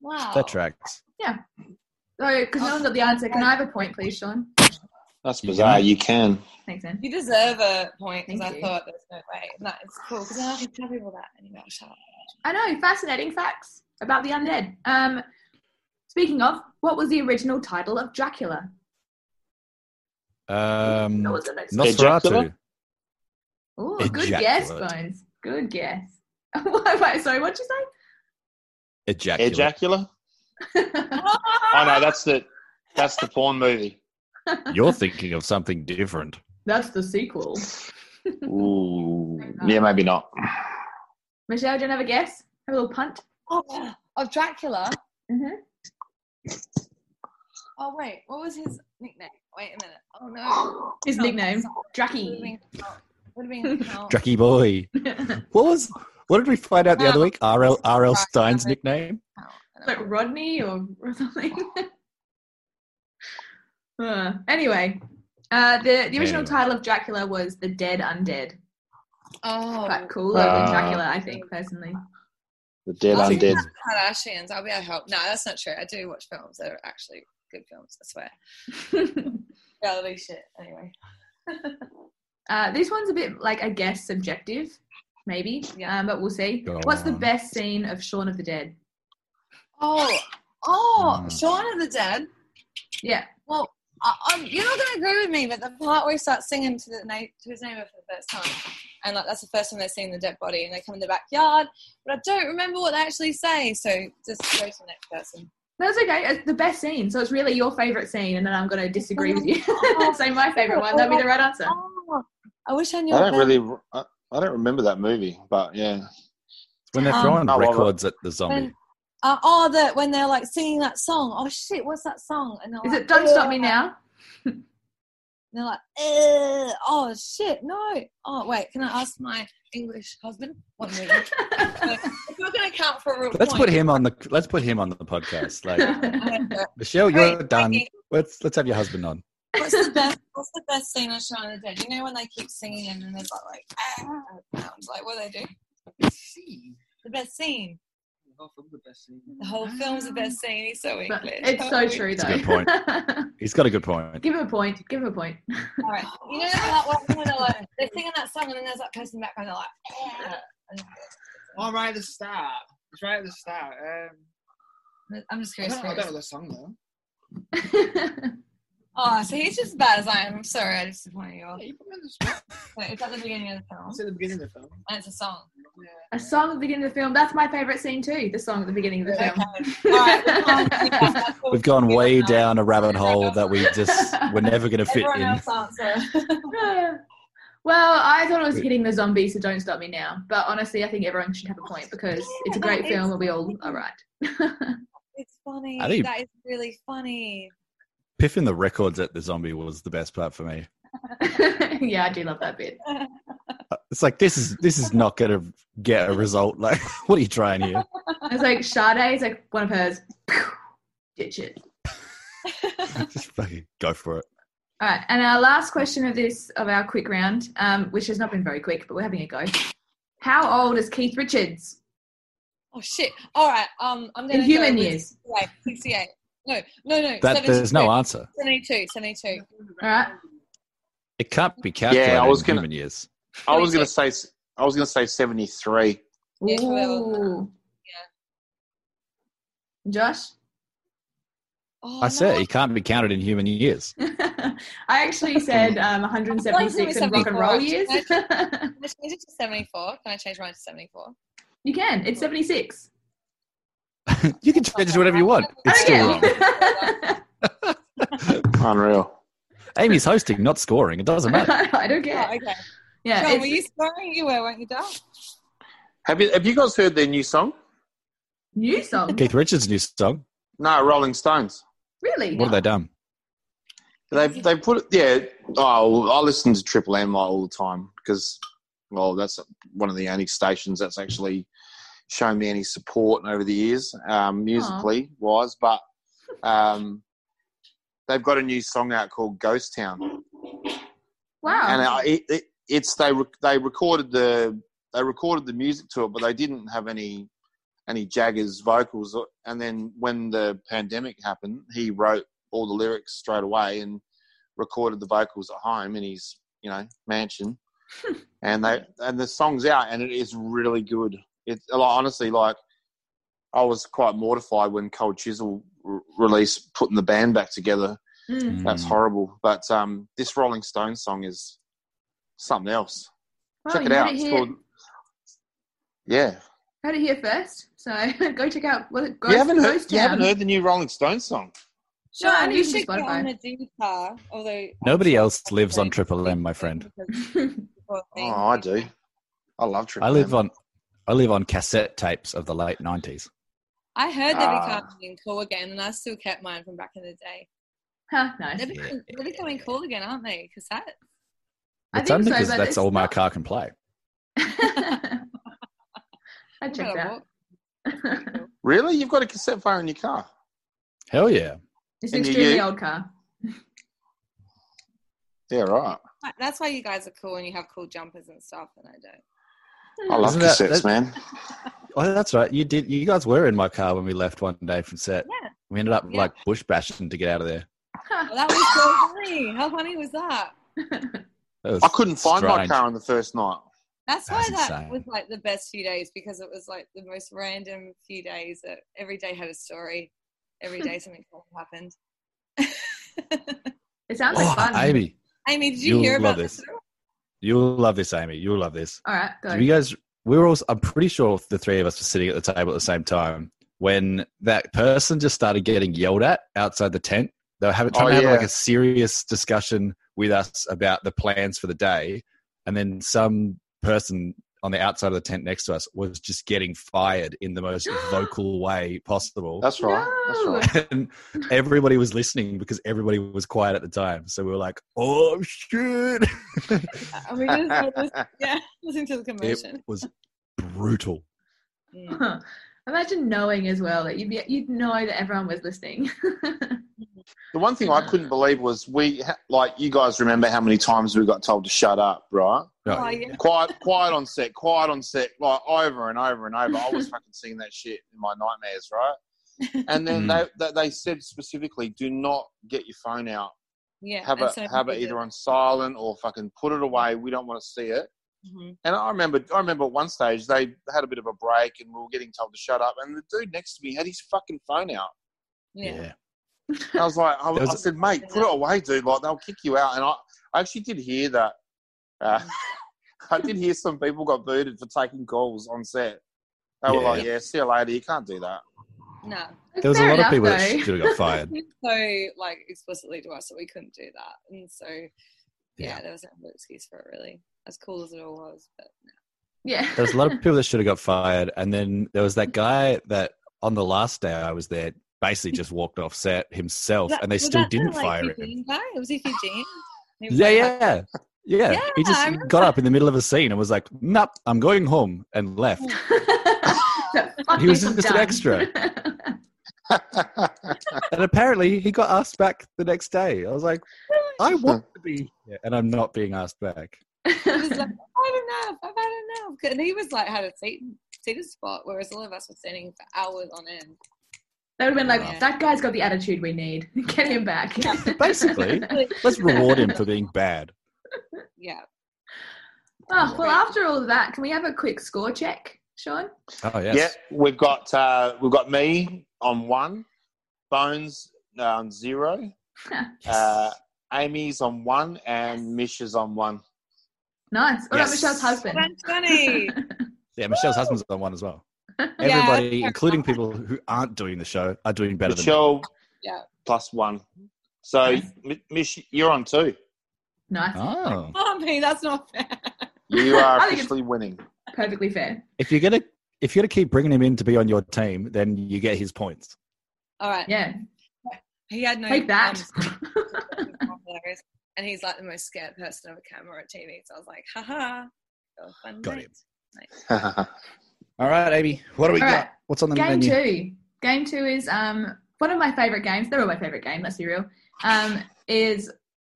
S3: Wow.
S2: That tracks.
S1: So, because no one got the answer, can I have a point, please, Sean?
S4: That's
S2: You
S4: bizarre.
S2: can.
S4: You can.
S1: Thanks, Anne.
S3: You deserve a point because
S1: Thank
S3: I
S1: you.
S3: thought there's no way. And that is cool because now I can tell people that anyway. Shut up.
S1: I know, fascinating facts about the undead. Um, speaking of, what was the original title of Dracula?
S2: Um,
S1: That was the next.
S2: Nosferatu.
S4: Ejaculate?
S1: Oh, good guess,
S2: Ejaculate.
S1: Bones. Good guess. wait, wait, sorry, what'd you
S2: Ejaculate.
S4: Ejacula.
S1: say?
S4: Oh no, that's the that's the porn movie.
S2: You're thinking of something different.
S1: That's the sequel.
S4: Ooh. Yeah, maybe not.
S1: Michelle, do you wanna have a guess? Have a little punt?
S3: Oh, of Dracula.
S1: Mhm.
S3: Oh wait, what was his nickname? Wait a minute. Oh no.
S1: His
S3: No,
S1: nickname,
S3: sorry. Would've
S1: Dracky.
S3: been- Would've been count.
S2: Dracky boy. What was? What did we find out the other week? RL RL Stein's
S3: Right.
S2: nickname.
S1: like Rodney or, or something. Uh, anyway, uh, the, the original
S2: Anyway.
S1: title of Dracula was The Dead Undead.
S3: Oh,
S1: Quite cooler
S4: Ah.
S2: Uh.
S1: than Dracula, I think, personally.
S4: The dead
S3: Oh,
S4: undead.
S3: Kardashians. I'll be able to help. No, that's not true. I do watch films that are actually good films. I swear. Reality shit. Anyway.
S1: uh, this one's a bit, like, I guess, subjective, maybe,
S3: Yeah.
S1: um, but we'll see.
S2: Go
S1: What's the
S2: on.
S1: best scene of Shaun of the Dead?
S3: Oh,
S4: Hmm.
S3: oh,
S2: Mm.
S3: Shaun of the Dead.
S1: Yeah.
S3: Well, I, I'm, you're not going to agree with me, but the part where he starts singing to the na- to his neighbor for the first time, and like that's the first time they're seeing the dead body, and they come in the backyard, but I don't remember what they actually say, so just go to the next person.
S1: That's okay. It's the best scene. So it's really your favorite scene, and then I'm going to disagree with you. Say my favorite one. That'd be the right answer.
S3: Oh, I wish I knew.
S4: I don't
S3: about-
S4: really. I, I don't remember that movie, but yeah.
S2: When they're
S3: Um,
S2: throwing
S4: oh, well,
S2: records at the zombie.
S3: When, uh, oh, that when they're like singing that song. Oh shit, what's that song? And they're
S1: Is
S3: like,
S1: it Don't Stop
S3: "Ugh."
S1: Me Now?
S3: And they're like, "Ugh." oh shit, no. Oh wait, can I ask my English husband what movie? if you're going to count for a real
S2: Let's
S3: point,
S2: put him on the. Let's put him on the podcast. Like
S3: I'm gonna-
S2: Michelle, you're
S3: Hey,
S2: done.
S3: Mikey.
S2: Let's let's have your husband on.
S3: What's the best? What's the best scene on Shaun of the Dead? You know when they keep singing and then there's like, ah, sounds like what do they do? The best scene. The whole film's the best scene. He's so
S1: But
S3: English.
S1: it's so true,
S2: It's
S1: though.
S2: a good point. He's got a good point.
S1: give him a point. Give him a point.
S3: All right. You know that one when they're like, they're singing that song and then there's that person in the background. They're like, ah.
S5: Oh, right at the start. It's right at the start. Um,
S3: I'm just
S5: I,
S3: curious.
S5: don't, I
S3: for
S5: don't know the song though.
S3: Oh, Oh, so he's just as bad as I am. I'm sorry, I disappointed you all.
S5: Yeah, you put me on the spot.
S3: Wait, it's at the beginning of the film.
S5: It's at the beginning of the film.
S3: And it's a song.
S1: A song at the beginning of the film. That's my favorite scene too. The song at the beginning of the
S3: Okay.
S1: film.
S3: All right, we've gone- that's all
S2: We've gone
S3: we
S2: way
S3: have now.
S2: down a rabbit hole that we just we're never going to fit
S3: Everyone
S2: in.
S3: else answer.
S1: well, I thought it was hitting the zombie, so don't stop me now. But honestly, I think everyone should have a point because it's a great film and we all are right.
S3: it's funny.
S2: I think-
S3: That is really funny.
S2: Piffing the records at the zombie was the best part for me.
S1: yeah, I do love that bit.
S2: It's like this is this is not going to get a result. Like, what are you trying here?
S1: It's like Sade is like one of hers. Ditch it.
S2: just fucking go for it.
S1: All right, and our last question of this of our quick round, um, which has not been very quick, but we're having a go. How old is Keith Richards?
S3: Oh shit! All right, um, I'm
S1: In
S3: gonna
S1: human
S3: go with
S1: years.
S3: 68, 68. No, no, no.
S2: That there's no answer.
S3: 72, 72.
S1: All right,
S2: It can't be calculated
S4: Yeah, I was
S2: in
S4: gonna-
S2: human years.
S4: I was gonna say s- I was gonna say seventy three.
S3: Yeah, it's well,
S1: Ooh. Josh,
S3: Oh,
S2: I said
S3: no.
S2: it can't be counted in human years.
S1: I actually said um, 176 in rock and roll years.
S3: Can I change it to 74? Can I change mine to 74?
S1: you can. It's 76.
S2: you can change it to whatever you want. It's still
S1: Oh,
S2: wrong.
S1: yeah.
S4: Unreal.
S2: Amy's hosting, not scoring. It doesn't matter.
S1: I don't
S3: Oh,
S1: care.
S3: okay.
S1: Yeah,
S3: John,
S1: it's-
S3: were you swearing? You were, weren't you, Dal?
S4: Have you have you guys heard their new song?
S1: new song.
S2: Keith Richards' new song.
S4: No, Rolling Stones.
S1: Really?
S2: What have they done?
S4: They've they put yeah. Oh, I listen to Triple M all the time because well, that's one of the only stations that's actually shown me any support over the years, um, musically wise. But um, they've got a new song out called Ghost Town.
S1: Wow.
S4: and uh, I, it, it, it's they rec- they recorded the they recorded the music to it, but they didn't have any any Jagger's vocals. And then when the pandemic happened, he wrote all the lyrics straight away and recorded the vocals at home in his you know mansion. and they and the song's out, and it is really good. It's like, honestly like I was quite mortified when Cold Chisel r- released putting the band back together
S1: Mm.
S4: that's horrible. But um, this Rolling Stones song is something else.
S1: Well,
S4: Check
S1: you
S4: it
S1: heard
S4: out. It's
S1: here-
S4: called. Yeah,
S1: Heard it here first. So go check out. Was it Ghost,
S4: you haven't heard.
S1: Ghost
S4: You haven't
S1: Town?
S4: heard the new Rolling Stones song.
S1: No, I
S3: John,
S1: didn't
S3: you
S1: use
S3: should get
S1: Spotify.
S3: on the guitar, although... I'm
S2: Nobody
S3: sure
S2: else
S3: I
S2: lives on
S3: don't
S2: Triple M, my
S3: because-
S2: friend.
S3: because-
S4: Oh, I do. I love Triple
S2: I live
S4: M.
S2: on I live on cassette tapes of the late nineties.
S3: I heard they're
S4: Ah.
S3: becoming cool again, and I still kept mine from back in the day.
S1: Huh,
S3: They're
S1: nice.
S3: becoming, they're becoming cool again, aren't they? Cassette.
S1: I
S2: It's
S1: think
S2: only
S1: so,
S2: because
S1: but
S2: that's
S1: it's
S2: all my
S1: not-
S2: car can play.
S1: I checked
S3: Gotta
S1: out.
S3: walk. That's pretty cool.
S4: Really, you've got a cassette player in your car?
S2: Hell yeah.
S1: It's an
S4: And you-
S1: extremely
S4: you-
S1: old car.
S4: Yeah, right.
S3: Right, That's why you guys are cool and you have cool jumpers and stuff, and I don't.
S4: I love
S2: Isn't that-
S4: cassettes,
S2: that-
S4: man.
S2: Oh, that's right. You did you guys were in my car when we left one day from set.
S3: Yeah.
S2: We ended up
S3: Yeah.
S2: like bush bashing to get out of there.
S3: Well, that was so funny. How funny was that?
S2: That was
S4: I couldn't find my
S2: strange.
S4: car on the first night.
S3: That's why
S2: That's
S3: that
S2: insane.
S3: was like the best few days because it was like the most random few days. That every day had a story. Every day something cool happened.
S1: It sounds like
S2: Oh,
S1: fun.
S2: Amy,
S3: Amy, did you
S2: You'll
S3: hear
S2: love
S3: about
S2: this.
S3: this?
S2: you'll love this, Amy. You'll love this.
S1: All right, go.
S2: So you guys, we were all, I'm pretty sure the three of us were sitting at the table at the same time when that person just started getting yelled at outside the tent. They were having, trying
S4: Oh,
S2: to have
S4: yeah.
S2: like a serious discussion with us about the plans for the day. And then some person on the outside of the tent next to us was just getting fired in the most vocal way possible.
S4: That's right. That's
S1: No.
S4: right.
S2: and everybody was listening because everybody was quiet at the time. So we were like, oh, shit.
S3: Are we gonna start this? Yeah, listen to the
S2: it
S3: commotion.
S2: was brutal.
S3: Mm.
S1: Imagine knowing as well that you'd be you'd know that everyone was listening.
S4: The one thing I couldn't believe was we, ha- like, you guys remember how many times we got told to shut up, right?
S2: No,
S3: Oh, yeah.
S4: quiet, quiet on set, quiet on set, like over and over and over. I was fucking seeing that shit in my nightmares, right? And then
S2: Mm.
S4: they, they they said specifically, do not get your phone out.
S3: yeah.
S4: Have
S3: and
S4: it
S3: so
S4: have it
S3: people
S4: either
S3: do.
S4: on silent or fucking put it away. We don't want to see it.
S3: Mhm.
S4: And I remember I remember at one stage they had a bit of a break and we were getting told to shut up. And the dude next to me had his fucking phone out.
S3: Yeah.
S4: I was like, I,
S2: There was-
S4: I said, mate, put it away, dude. Like they'll kick you out. And I, I actually did hear that. Uh, I did hear some people got booted for taking calls on set. They were
S2: Yeah.
S4: like, yeah, see you later. You can't do that.
S6: No.
S2: There was a
S1: Fair
S2: lot
S1: enough,
S2: of people
S1: though.
S2: that should have got fired.
S6: So like explicitly to us that we couldn't do that. And so yeah,
S2: Yeah.
S6: there was no real excuse for it really. As cool as it all was, but
S1: Yeah.
S2: There was a lot of people that should have got fired, and then there was that guy that on the last day I was there basically just walked off set himself, Oh, and they
S6: Was
S2: still
S6: that the,
S2: didn't
S6: like,
S2: fire him.
S6: Eugene Guy? It was Eugene. He was
S2: Yeah,
S6: like,
S2: yeah, yeah.
S6: Yeah,
S2: he
S6: I
S2: just
S6: remember
S2: got up in the middle of a scene and was like, "Nope, I'm going home," and left.
S1: So, fuck
S2: He was
S1: this, I'm
S2: just an
S1: done.
S2: extra. and apparently, he got asked back the next day. I was like, "I want to be," here, and I'm not being asked back.
S6: He was like, I've had enough. I've had enough. And he was like, had a seat, seated spot, whereas all of us were standing for hours on end.
S1: They would have been like,
S6: Yeah.
S1: that guy's got the attitude we need. Get him back.
S2: Basically. Let's reward him for being bad.
S6: Yeah.
S1: Oh, well, after all of that, can we have a quick score check, Sean?
S2: Oh yes,
S4: Yeah, we've got uh, we've got me on one, Bones uh, on zero,
S2: Yes.
S4: uh, Amy's on one, and Mish is on one.
S1: Nice. What
S2: Yes.
S1: about Michelle's husband?
S6: That's funny.
S2: yeah. Michelle's husband's on one as well. Everybody, including people who aren't doing the show, are doing better than me.
S4: Michelle
S6: Yeah.
S4: plus one. So
S1: Nice.
S4: Mi- Mish, you're on two.
S1: Nice.
S2: Oh,
S6: Oh, me, that's not fair.
S4: You are
S1: I think it's-
S4: officially winning.
S1: Perfectly fair.
S2: if you're gonna if you're gonna keep bringing him in to be on your team, then you get his points.
S6: All right.
S1: Yeah.
S6: He had no.
S1: Take that.
S6: um, hilarious. and he's like the most scared person of a camera or TV. So I was like, haha. that was fun
S2: Got
S6: night.
S2: it. All right, Amy, what do we
S1: All
S2: got?
S1: right.
S2: What's on the
S1: Game
S2: menu?
S1: two. Game two is um one of my favorite games. They're all my favorite game. Let's be real. Um, is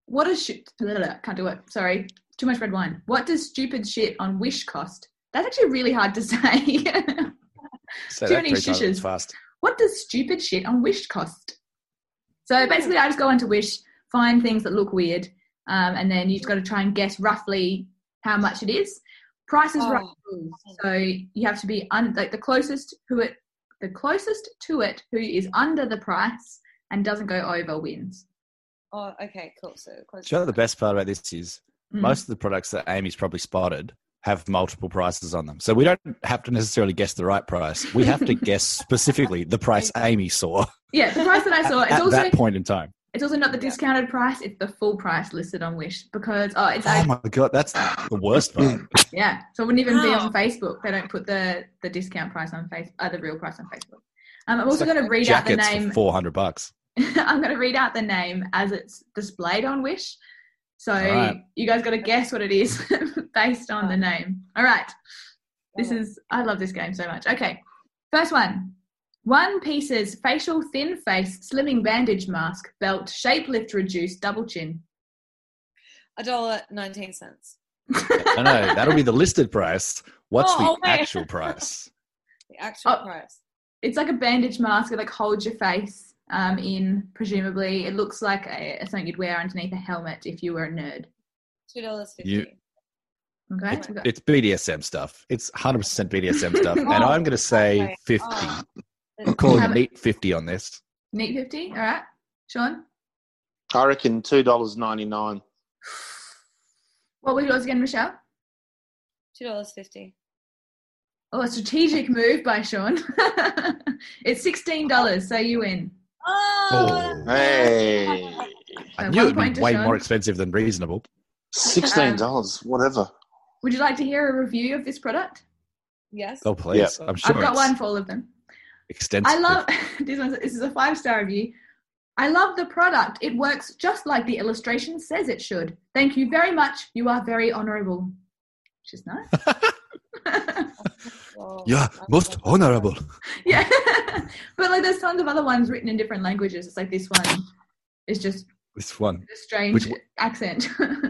S1: what a shit. blah, blah, blah, Can't do it. Sorry. Too much red wine. What does stupid shit on Wish cost? That's actually really hard to say. Too
S2: Say that
S1: many
S2: three times
S1: shishes.
S2: fast.
S1: what does stupid shit on Wish cost? So basically, I just go onto Wish, find things that look weird, um, and then you've got to try and guess roughly how much it is. Price is
S6: Oh.
S1: right rules. So you have to be un- like the closest who it, the closest to it who is under the price and doesn't go over wins.
S6: Oh, okay, cool. So close.
S2: Do you know what the best part about this is
S1: Mm.
S2: most of the products that Amy's probably spotted have multiple prices on them, so we don't have to necessarily guess the right price. We have to guess specifically the price Amy saw
S1: yeah, the price that I saw.
S2: at,
S1: It's
S2: at
S1: also
S2: that point in time.
S1: it's also not the
S6: Yeah.
S1: discounted price. It's the full price listed on Wish because oh, it's
S2: Oh my god, that's the worst part.
S1: Yeah, so it wouldn't even be
S6: Wow.
S1: on Facebook. They don't put the the discount price on Facebook, uh, the real price on Facebook. Um, I'm also going to read out the
S2: Jackets
S1: name.
S2: for four hundred bucks.
S1: I'm going to read out the name as it's displayed on Wish. So
S2: Alright.
S1: you guys got to guess what it is based on the name. All right, this is I love this game so much. Okay, first one. One Piece's facial thin face slimming bandage mask belt shapelift reduced double chin.
S6: A dollar nineteen cents.
S2: I know that'll be the listed price. What's
S6: Oh,
S2: the
S6: wait.
S2: actual price?
S6: The actual
S1: Oh.
S6: price.
S1: it's like a bandage mask. It like holds your face um, in. Presumably, it looks like a, something you'd wear underneath a helmet if you were a nerd.
S6: Two dollars
S2: You-
S6: fifty.
S1: Okay,
S6: It's-
S1: We've got-
S2: It's BDSM stuff. It's hundred percent BDSM stuff, and I'm going to say
S6: okay.
S2: fifty.
S6: Oh.
S2: I'm calling
S1: Oh, Have
S2: a
S1: it.
S2: neat fifty on this.
S1: neat fifty. All right, Sean,
S4: I reckon two dollars ninety nine.
S1: what was yours again, Michelle?
S6: Two dollars fifty.
S1: Oh, a strategic move by Sean. it's sixteen dollars, so you win.
S6: Oh,
S2: Oh,
S4: Hey,
S2: I
S1: So one
S2: knew it'd
S1: point
S2: be
S1: to
S2: way
S1: Sean.
S2: more expensive than reasonable.
S4: sixteen dollars, whatever.
S1: Would you like to hear a review of this product?
S6: yes.
S2: Oh please, I'm sure
S1: I've got
S2: it's
S1: one for all of them.
S2: extensive.
S1: I love this. One's, this is a five star review. I love the product. It works just like the illustration says it should. Thank you very much. You are very honourable. Which is nice.
S6: Well,
S2: Yeah,
S6: that's
S2: most
S6: not-
S2: honourable.
S1: yeah, but like there's tons of other ones written in different languages. It's like this one is just
S2: This one,
S1: a strange
S2: Which one?
S1: accent.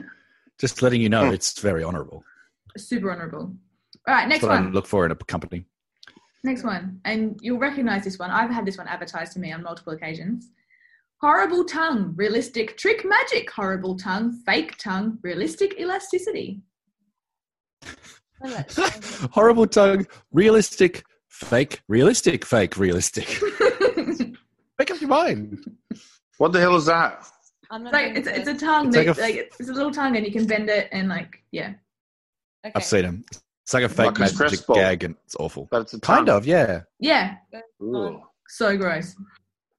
S2: just letting you know,
S4: Hmm.
S2: it's very honourable.
S1: Super honourable. All right,
S2: That's
S1: next
S2: what I
S1: one.
S2: look for in a company.
S1: Next one, and you'll recognize this one. I've had this one advertised to me on multiple occasions. Horrible tongue, realistic trick magic, horrible tongue, fake tongue, realistic elasticity.
S6: I like that.
S2: Horrible tongue, realistic, fake, realistic, fake, realistic. Make up your mind.
S4: What the hell is that?
S6: I'm
S1: It's
S6: not
S1: like it's,
S6: doing
S1: it's a
S6: this.
S1: tongue.
S2: It's
S1: that-
S2: like a
S1: like,
S2: f-
S1: it's, a little tongue, and you can bend it and like yeah.
S6: okay.
S2: I've seen him. It's like a fake
S4: Like a stress
S2: magic
S4: ball.
S2: gag, and it's awful.
S4: But it's a
S2: Kind
S4: tongue.
S2: of, yeah.
S1: Yeah,
S4: Ooh,
S1: so gross.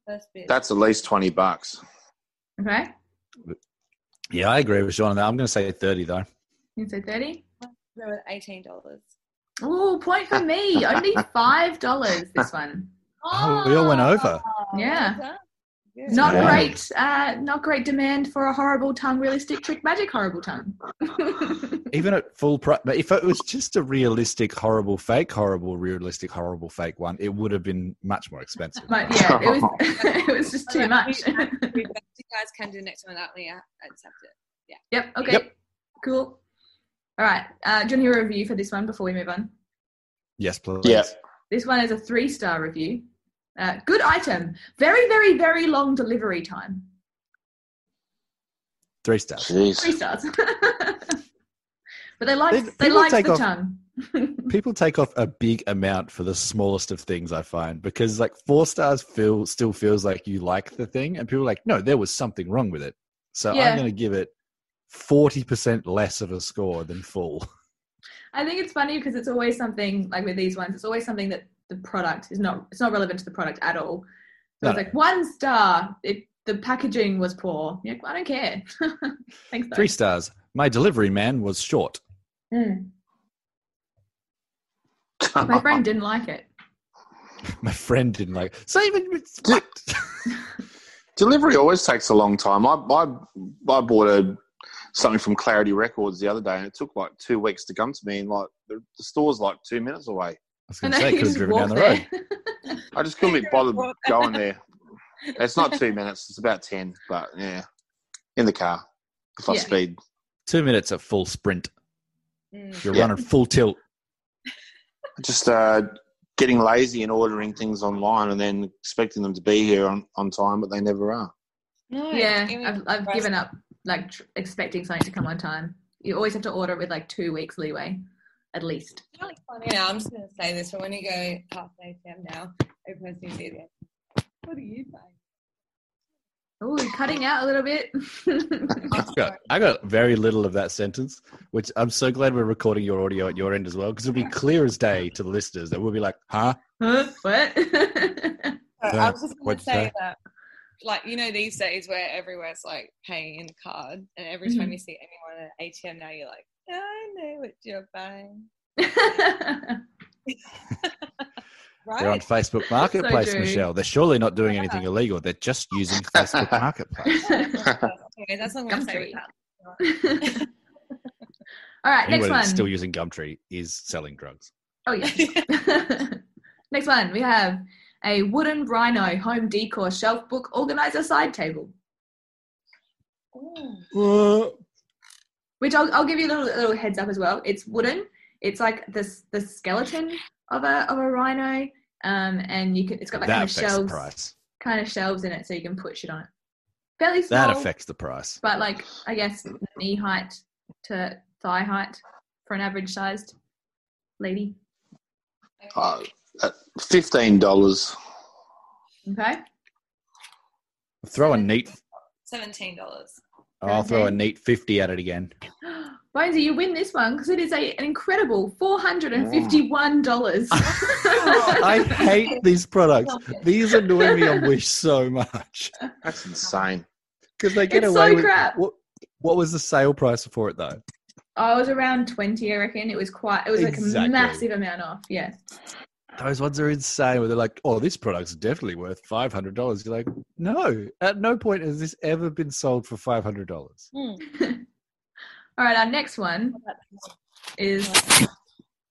S6: First bit.
S4: that's at least twenty bucks.
S1: Okay,
S2: Yeah, I agree with Sean on that. I'm going to say 30 though.
S1: you said thirty.
S6: They were eighteen dollars.
S1: Oh, point for me. Only five dollars this one.
S2: Oh, we all went over.
S1: Yeah.
S6: Oh, Good.
S1: Not
S2: Wow.
S1: great. Uh, not great demand for a horrible tongue. Realistic trick magic. Horrible tongue.
S2: Even at full price. But if it was just a realistic, horrible, fake, horrible, realistic, horrible, fake one, it would have been much more expensive.
S1: but yeah, it was. it was just too much.
S6: We- you guys can do next one without me. I I accept it.
S1: yep. Okay. Cool. All right. Uh, do you want to hear a review for this one before we move on?
S2: Yes, please.
S4: Yeah.
S1: This one is a three star review. Uh, good item. Very, very, very long delivery time.
S2: Three stars.
S1: Three
S4: Jeez.
S1: stars. but they like
S2: They-
S1: they
S2: people
S1: like
S2: take
S1: the
S2: off-
S1: tongue.
S2: People take off a big amount for the smallest of things, I find, because like four stars feel still feels like you like the thing, and people are like, no, there was something wrong with it. So
S1: Yeah.
S2: I'm going to give it 40% less of a score than full.
S1: I think it's funny because it's always something like with these ones. It's always something that the product is not. It's not relevant to the product at all. So
S2: No,
S1: it's
S2: no.
S1: like one star. It the packaging was poor. You're like, I don't care. Thanks. Though.
S2: Three stars. My delivery man was short.
S1: Mm. My friend didn't like it.
S2: My friend didn't like. So even
S4: Dude. Delivery always takes a long time. I, I, I bought a, something from Clarity Records the other day, and it took like two weeks to come to me. And like the, the store's like two minutes away.
S2: I was
S1: And
S2: going to
S1: then
S2: say
S1: you
S2: could have
S1: just
S2: driven down
S1: walked
S2: the
S1: there.
S2: road.
S4: I just couldn't be bothered going there. It's not two minutes; it's about ten. But yeah, in the car if I
S1: Yeah.
S4: speed.
S2: Two minutes at full sprint.
S6: Mm.
S2: You're
S4: Yeah.
S2: running full tilt.
S4: Just uh, getting lazy and ordering things online, and then expecting them to be here on, on time, but they never are.
S6: No,
S1: yeah,
S6: give me-
S1: I've, I've given up like tr- expecting something to come on time. You always have to order it with like two weeks leeway, at least.
S6: It's really funny now. I'm just going to say this, but when you go past ATM now, every person you see there. What are you saying?
S1: Oh, you're cutting out a little bit.
S2: I got, I got very little of that sentence, which I'm so glad we're recording your audio at your end as well, because it'll be clear as day to the listeners that we'll be like, huh?
S1: Huh? what?
S6: So
S2: Yeah,
S6: Uh, I was just going
S2: what'd
S6: to
S2: you
S6: say
S2: say?
S6: that, like, you know, these days where everywhere's like paying in card, and every time you see anyone at ATM now, you're like, I know what you're buying.
S2: They're on
S6: Right?
S2: Facebook Marketplace,
S1: true.
S2: Michelle. They're surely not doing anything illegal. They're just using Facebook Marketplace.
S6: Anyway, that's what I'm going to say.
S1: Gumtree.
S6: with that.
S1: All right,
S2: Anyone
S1: next one.
S2: that's still using Gumtree is selling drugs.
S1: oh yeah. next one, we have a wooden rhino home decor shelf book organizer side table.
S6: Ooh.
S1: which I'll, I'll give you a little, little heads up as well. It's wooden. It's like this the skeleton of a of a rhino, um, and you can it's got like
S2: that
S1: kind of
S2: affects the
S1: shelves,
S2: price.
S1: kind of shelves in it, so you can put shit on it. Fairly small,
S2: That affects the price.
S1: but like I guess knee height to thigh height for an average sized lady.
S4: Uh, at Fifteen dollars.
S1: Okay,
S2: Throw a neat,
S6: Seventeen dollars.
S2: I'll throw a neat 50 at it again.
S1: Bonesy, you win this one because it is a, an incredible four hundred and fifty one dollars.
S2: I hate these products. These annoy me on Wish so much
S4: That's insane.
S2: because they get
S1: It's so
S2: away with
S1: crap.
S2: What, what was the sale price for it though?
S1: I was around twenty, I reckon. It was quite. It was like
S2: Exactly.
S1: a massive amount off. Yeah.
S2: Those ones are insane. Where they're like, "Oh, this product's definitely worth five hundred dollars." You're like, "No, at no point has this ever been sold for five hundred dollars."
S1: All right, our next one is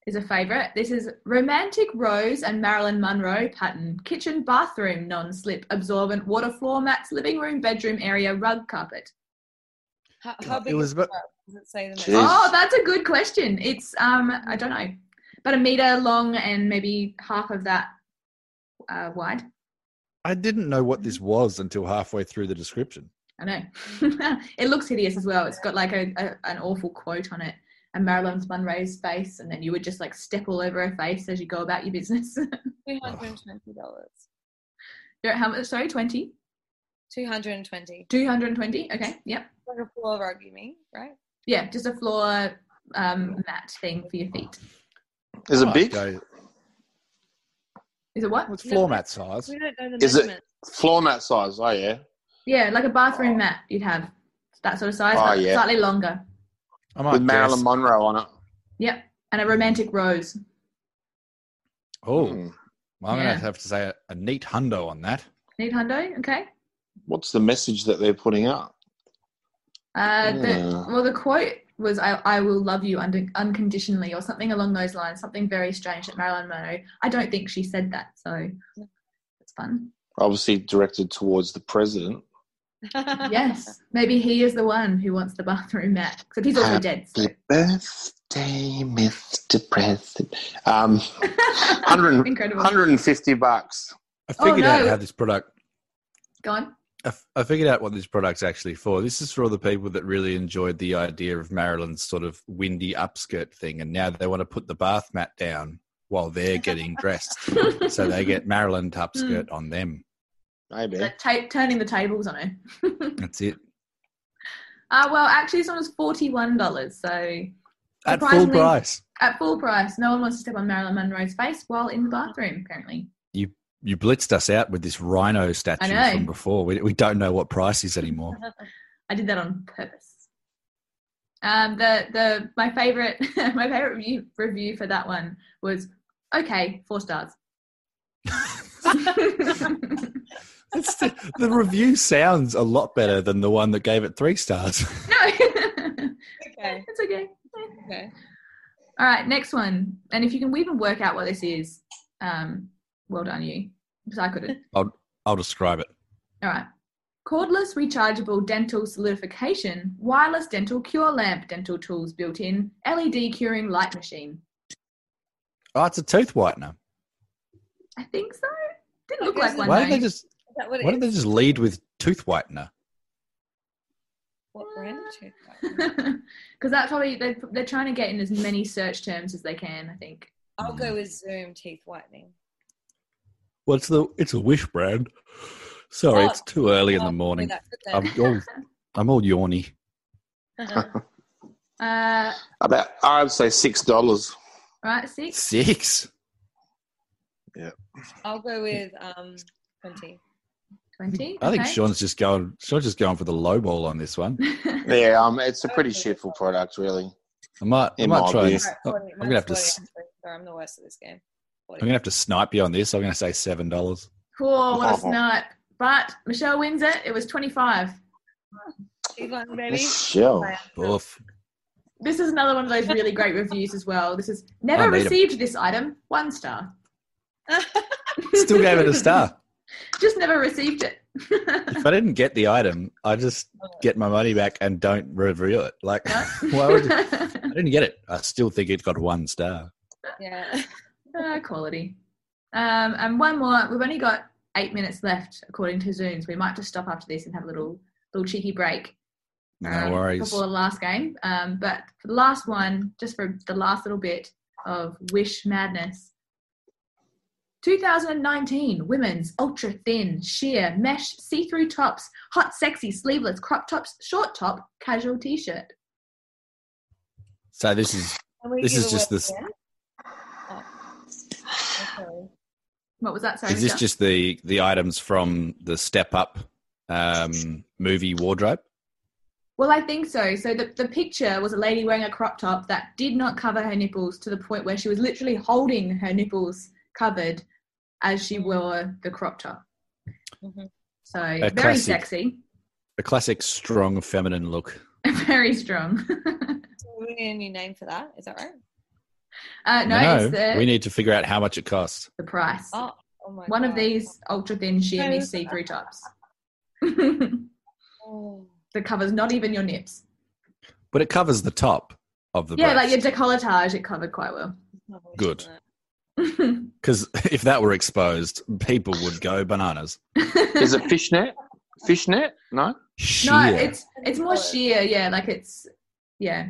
S1: is a favorite. This is romantic rose and Marilyn Monroe pattern kitchen bathroom non-slip absorbent water floor mats living room bedroom area rug carpet.
S6: How, how big
S2: It was
S6: is
S2: about-
S6: that? Does it say the
S4: Jeez.
S1: Oh, that's a good question. It's um I don't know, about a meter long and maybe half of that uh, wide.
S2: I didn't know what this was until halfway through the description.
S1: I know. it looks hideous as well. It's got like a, a an awful quote on it and Marilyn Monroe's face, and then you would just like step all over her face as you go about your business.
S6: Three hundred and twenty dollars.
S1: You're at how much? Sorry, twenty.
S6: 220.
S1: 220. Okay. Yep.
S6: Like a floor rug, you mean, right?
S1: Yeah. Just a floor um, mat thing for your feet.
S4: Is it
S2: I'd
S4: big?
S2: go-
S1: Is it what?
S2: What's floor mat size?
S6: We don't know the
S4: Is it-
S6: measurement.
S4: Floor mat size. Oh yeah.
S1: Yeah, like a bathroom mat you'd have. That sort of size,
S4: Oh,
S1: but
S4: yeah.
S1: slightly longer.
S2: I might
S4: With
S2: guess-
S4: Marilyn Monroe on it.
S1: Yep. And a romantic rose.
S2: Oh,
S4: Hmm.
S2: well, I'm
S1: Yeah.
S2: gonna have to say a, a neat hundo on that.
S1: Need hundo? Okay.
S4: What's the message that they're putting Hmm. out?
S1: Uh, the,
S4: Yeah.
S1: well, the quote was I, I will love you under, unconditionally or something along those lines, something very strange that Marilyn Monroe, I don't think she said that. So it's fun.
S4: Obviously directed towards the president.
S1: Yes. Maybe he is the one who wants the bathroom mat. Except he's also
S4: Happy
S1: dead. So.
S4: Happy birthday, Mr. President. Um, 100,
S1: Incredible.
S4: 150 bucks.
S2: I
S1: Oh,
S2: figured out
S1: no.
S2: how this product.
S1: Go on.
S2: I, f- I figured out what this product's actually for. This is for all the people that really enjoyed the idea of Marilyn's sort of windy upskirt thing, and now they want to put the bath mat down while they're getting dressed, so they get Marilyn
S1: Hmm.
S2: upskirt on them.
S4: Maybe.
S1: The ta- turning the tables on her.
S2: That's it.
S1: Uh, well, actually, this one was $41. So
S2: At full
S1: Surprisingly-
S2: price,
S1: at full price, no one wants to step on Marilyn Monroe's face while in the bathroom, apparently.
S2: you blitzed us out with this rhino statue
S1: know.
S2: from before. We, we don't know what price is anymore.
S1: I did that on purpose. Um, the the my favorite my favorite review, review for that one was okay four stars. no,
S2: It's the, the review sounds a lot better than the one that gave it three stars.
S6: okay.
S1: it's okay.
S6: Okay.
S1: All right, next one. And if you can even work out what this is, um, well done you, because I couldn't.
S2: I'll describe it.
S1: All right. Cordless rechargeable dental solidification, wireless dental cure lamp, dental tools built in, LED curing light machine.
S2: Oh, it's a tooth whitener.
S1: I think so. Didn't look
S6: Okay,
S1: like
S6: so
S1: one.
S2: Why
S1: though.
S2: did they just
S6: Is that what it
S2: Why don't they
S6: is?
S2: just lead with tooth whitener?
S6: What brand of toothbrush?
S1: Because that's probably they're, they're trying to get in as many search terms as they can. I think.
S6: I'll go with Zoom teeth whitening.
S2: Well, it's the it's a wish brand. Sorry,
S6: Oh.
S2: it's too early in
S6: Oh,
S2: the morning. Um,
S6: that's good then.
S2: I'm all, I'm all yawny.
S1: Uh,
S4: About, I'd say $6.
S1: right, six.
S2: Six.
S6: I'll go with um, 20.
S1: 20,
S2: I think
S1: okay.
S2: Sean's just going. Sean's just going for the low ball on this one.
S4: Yeah, um, it's a pretty shitful product, really.
S2: I might. I
S4: It
S2: might
S4: might
S2: try.
S4: be.
S2: And,
S6: Alright,
S2: Oh, I'm
S6: 40. Mine's
S2: gonna have to
S6: 40,
S2: s-
S6: actually. Sorry, I'm the worst at this game. 40.
S2: gonna have to snipe you on this. I'm gonna say seven dollars.
S1: Cool, what a snipe! But Michelle wins it. It was twenty-five.
S6: Teeth whitening, baby.
S4: Michelle.
S2: Oof.
S1: This is another one of those really great reviews as well. This is never
S2: I need 'em.
S1: received this item. One star.
S2: Still gave it a star.
S1: Just never received it.
S2: If I didn't get the item, I just get my money back and don't review it. Like,
S1: No.
S2: why would you- I didn't get it? I still think it got one star.
S6: yeah.
S1: Uh, quality. Um, and one more. We've only got eight minutes left, according to Zoom. So we might just stop after this and have a little little cheeky break.
S2: No
S6: Ah,
S1: um,
S2: worries.
S1: Before the last game. Um, but for the last one, just for the last little bit of Wish Madness. 2019 women's ultra thin sheer mesh see-through tops hot sexy sleeveless crop tops short top casual t-shirt
S2: So this is
S6: Can we
S2: This
S6: give
S2: is just
S6: away
S2: this-
S6: again? Oh. Okay.
S1: what was that sorry
S2: Is this
S1: Michelle?
S2: just the the items from the Step Up um, movie wardrobe?
S1: Well, I think so. So the, the picture was a lady wearing a crop top that did not cover her nipples to the point where she was literally holding her nipples covered as she wore the crop top.
S6: Mhm.
S1: So very
S2: classic.
S1: sexy,
S2: The classic strong feminine look.
S1: very strong.
S6: So we need a new name for that. Is that right?
S1: uh, no, it's the,
S2: we need to figure out how much it costs.
S1: the price. One
S6: Oh, oh my
S1: of
S6: God.
S1: these ultra thin sheer
S6: No,
S1: mesh
S6: it's
S1: see
S6: not.
S1: through tops that
S6: Oh.
S1: covers not even your nips.
S2: But it covers the top of the
S1: yeah,
S2: breast.
S1: like your decolletage, it covered quite well.
S2: Good. Because if that were exposed, people would go bananas.
S4: Is it fishnet? Fishnet? No?
S2: Sheer.
S1: No, it's it's more
S6: Colour.
S1: sheer. Yeah, like it's yeah,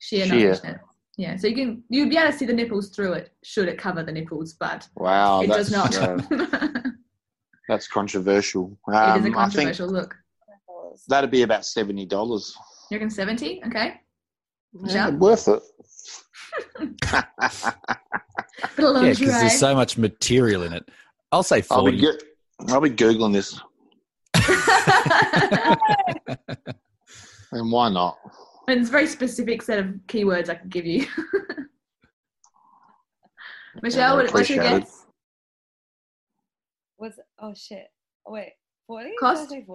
S1: sheer.
S4: Sheer.
S1: sheer. Yeah, so you can you'd be able to see
S4: Oh,
S1: the nipples through it should it cover the nipples, but
S4: Wow.
S1: it does
S4: that's-
S1: not.
S4: uh, That's controversial.
S1: it is a
S4: Um, I think
S1: controversial look.
S4: that'd be about seventy dollars.
S1: You reckon 70? Okay. Michelle?
S4: worth it.
S1: Bit of
S2: Yeah, because
S1: lingerie.
S2: there's so much material in it. I'll say
S4: I'll be
S2: forty.
S4: go- I'll be googling this, and why not?
S1: and it's a very specific set of keywords I can give you. Michelle,
S4: I
S1: what, what's your
S4: appreciate it.
S1: guess?
S6: Was oh shit. Oh, wait, forty?
S1: Cost?
S6: 40?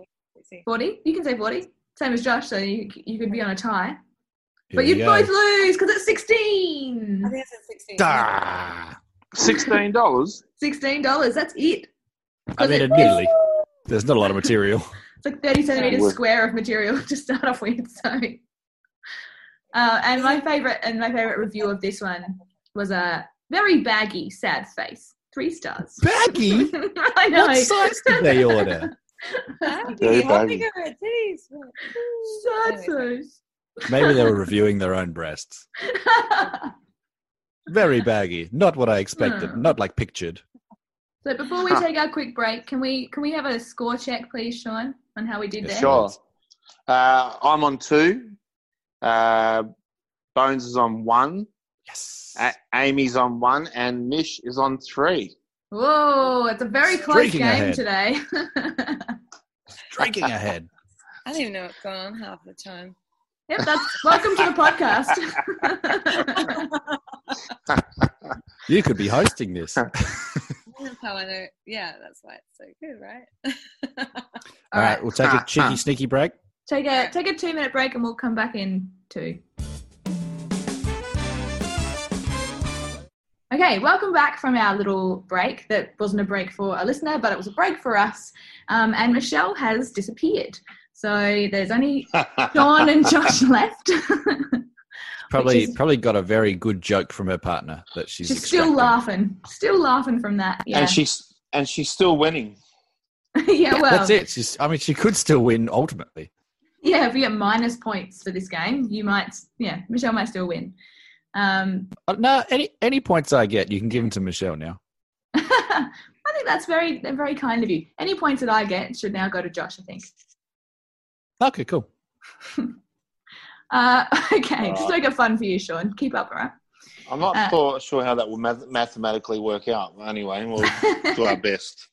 S1: 40? You can say 40. Same as Josh, so you, you could be on a tie.
S2: Here
S1: but
S2: we
S1: you'd
S2: go.
S1: both lose because it's
S6: I
S1: 16.
S6: think I said sixteen.
S2: Ah,
S4: Sixteen dollars.
S1: $16. That's it.
S2: I
S1: Because
S2: mean,
S1: it-
S2: admittedly, there's not a lot of material.
S1: It's like 30 centimeters
S4: Wood.
S1: square of material to start off with. So, uh, and my favorite and my favorite review of this one was a very baggy, sad face. Three stars.
S2: Baggy.
S1: I know.
S2: What size did they order?
S4: Very
S6: Very
S4: baggy.
S6: bigger her titties.
S1: Sad
S6: Anyway,
S1: face.
S2: Maybe they were reviewing their own breasts. Very baggy. Not what I expected.
S1: Hmm.
S2: Not like pictured.
S1: so before we take our quick break, can we can we have a score check, please, Sean, on how we did
S2: Yeah,
S1: there?
S4: Sure. Uh, I'm on two. Uh, Bones is on one.
S2: Yes.
S4: A- Amy's on one, and Mish is on three.
S1: Whoa, it's a very close
S2: Streaking
S1: game
S2: ahead.
S1: today.
S2: Striking ahead.
S6: I don't even know what's going on half the time.
S1: yep, that's welcome to the podcast.
S2: You could be hosting this.
S6: That's how I know. Yeah, that's why it's so good, right?
S2: All right, we'll
S1: Uh,
S2: take a cheeky, sneaky break.
S1: Take a take a two minute break and we'll come back in two. Okay, welcome back from our little break that wasn't a break for a listener, but it was a break for us. Um, and Michelle has disappeared. So there's only Sean and Josh left.
S2: Probably,
S1: Which is-
S2: probably got a very good joke from her partner that she's.
S1: She's still
S2: extracting.
S1: laughing, still laughing from that. Yeah,
S4: And she's and she's still winning.
S1: yeah. Well,
S2: That's it. She's. I mean, she could still win ultimately.
S1: Yeah, if we get minus points for this game, you might. Yeah, Michelle might still win. Um,
S2: Uh, No, any any points I get, you can give them to Michelle now.
S1: I think that's very very kind of you. Any points that I get should now go to Josh, I think.
S2: Okay, cool.
S1: Uh, okay, just
S4: Alright.
S1: make it fun for you, Sean. Keep up, all
S4: I'm not
S1: Uh,
S4: sure- sure how that will math- mathematically work out. Anyway, we'll do our
S1: right?
S4: best.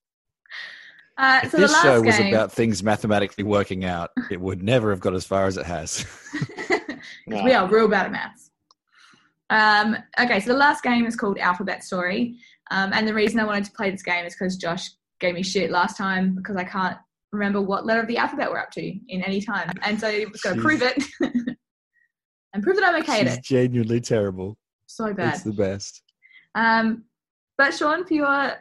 S1: uh,
S2: If
S1: so the
S2: this
S1: last
S2: show was
S1: game,
S2: about things mathematically working out, it would never have got as far as it has.
S1: 'Cause
S4: No.
S1: we are real bad at maths. Um, okay, so the last game is called Alphabet Story, um, and the reason I wanted to play this game is because Josh gave me shit last time because I can't remember what letter of the alphabet we're up to in any time, and so he was going to
S2: Jeez.
S1: prove it and prove that I'm okay
S2: She's
S1: at it.
S2: genuinely terrible.
S1: So bad.
S2: It's the best.
S1: Um, but Sean, for your, I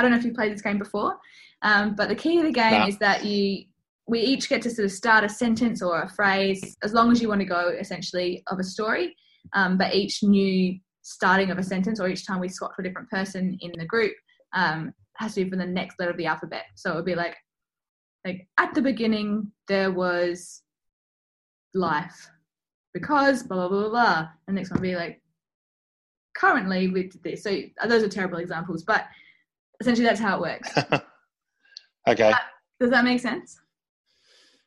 S1: don't know if you've played this game before, um, but the key to the game
S4: No.
S1: is that you, we each get to sort of start a sentence or a phrase, as long as you want to go, essentially, of a story. Um, but each new starting of a sentence, or each time we swap to a different person in the group, um, has to be from the next letter of the alphabet. So it would be like, like at the beginning there was life because blah blah blah blah. blah. And the next one would be like currently we did this. So uh, those are terrible examples, but essentially that's how it works.
S4: okay.
S1: Does that make sense?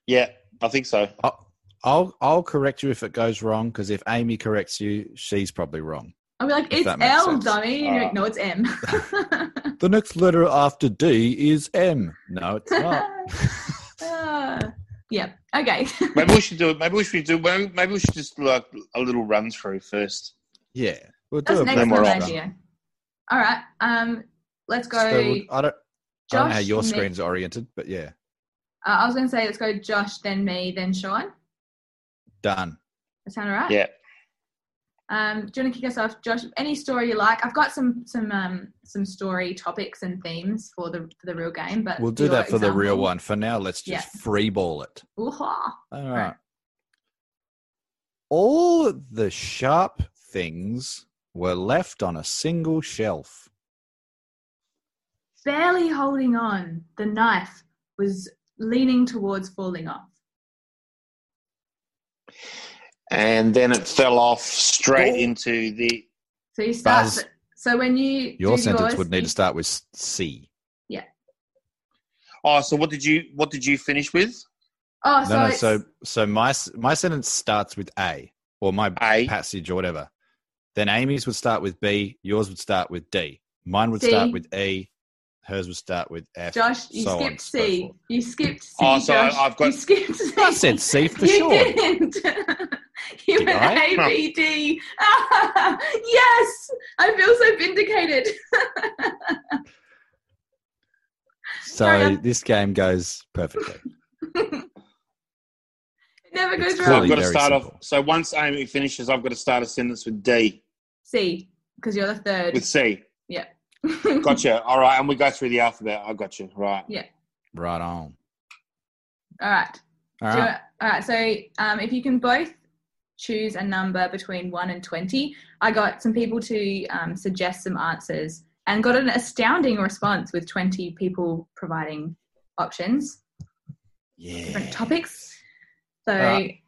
S4: Yeah, I think so.
S2: I'll, I'll I'll correct you if it goes wrong because if Amy corrects you, she's probably wrong.
S1: I'll be like,
S2: If
S1: it's
S2: that makes
S1: L,
S2: sense. Ah.
S1: dummy. And you're like, no, it's M.
S2: The next letter after D is M. No, it's not.
S1: uh, yeah. Okay.
S4: Maybe we should do it. Maybe we should do. Maybe maybe we should just do like a little run through first.
S2: yeah, we'll do
S1: That's
S2: a
S1: an
S4: bit
S1: excellent
S4: more
S2: run.
S4: often.
S1: idea. All right. Um, let's go. uh,
S2: So we'll- I don't. I don't know how
S1: Josh,
S2: your
S1: me-
S2: screen's oriented, but yeah,
S1: Uh, I was going to say, let's go Josh, then me, then Sean.
S2: done.
S1: That sound all right?
S4: Yeah.
S1: Um, do you want to kick us off, Josh? Any story you like? I've got some some um, some story topics and themes for the for the real game, but
S2: We'll do
S1: your
S2: that for the real
S1: example-
S2: one. For now, let's just
S1: Yeah.
S2: free ball it.
S1: Ooh-ha.
S2: All
S1: right.
S2: right. All the sharp things were left on a single shelf.
S1: Barely holding on, the knife was leaning towards falling off.
S4: And then it fell off straight
S2: Oh.
S4: into the.
S1: So you start.
S2: Buzz.
S1: So when you
S2: Your
S1: do
S2: sentence
S1: yours,
S2: would need
S1: you-
S2: to start with C.
S4: Oh, so what did you what did you finish with?
S1: Oh, so,
S2: no, no.
S1: it's-
S2: So, so my s- my sentence starts with A or my
S4: A.
S2: passage or whatever. Then Amy's would start with B. Yours would start with D. Mine would
S1: C.
S2: start with E. Hers would start with F.
S1: Josh, you
S2: so on and
S1: skipped
S2: so
S1: C.
S2: forth.
S1: You skipped C.
S4: Oh, so I-
S1: Josh.
S4: I've got-
S1: You skipped C.
S2: I said C for
S1: you
S2: sure.
S1: didn't. you
S2: Did
S1: went
S2: I?
S1: A B D. Ah, yes, I feel so vindicated.
S2: So
S1: Sorry, I'm-
S2: this game goes perfectly.
S1: It never
S2: It's
S1: goes
S4: So I've
S1: wrong.
S2: clearly-
S4: got to
S2: very
S4: start
S2: simple.
S4: off. So once Amy finishes, I've got to start a sentence with D
S1: C, because you're the third.
S4: with C. Gotcha. All right, and we go through the alphabet. I got you. Right.
S2: Right on.
S1: All right.
S2: All
S1: Do you-
S2: right.
S1: all right. So um, if you can both choose a number between 1 and 20, I got some people to um, suggest some answers and got an astounding response with 20 people providing options, different
S2: Yeah.
S1: topics. So,
S2: All right.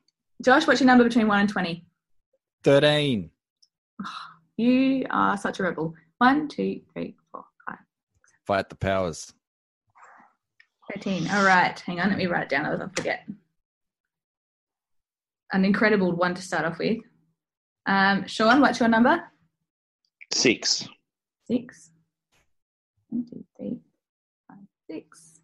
S1: Josh, what's your number between 1 and 20?
S2: Thirteen.
S1: You are such a rebel. One, two, three, four, five,
S2: Fight the powers.
S1: thirteen. All right. Hang on. Let me write it down. Otherwise, I'll forget. An incredible one to start off with. Um, Sean, what's your number?
S4: Six.
S1: six. One, two, three, five, six.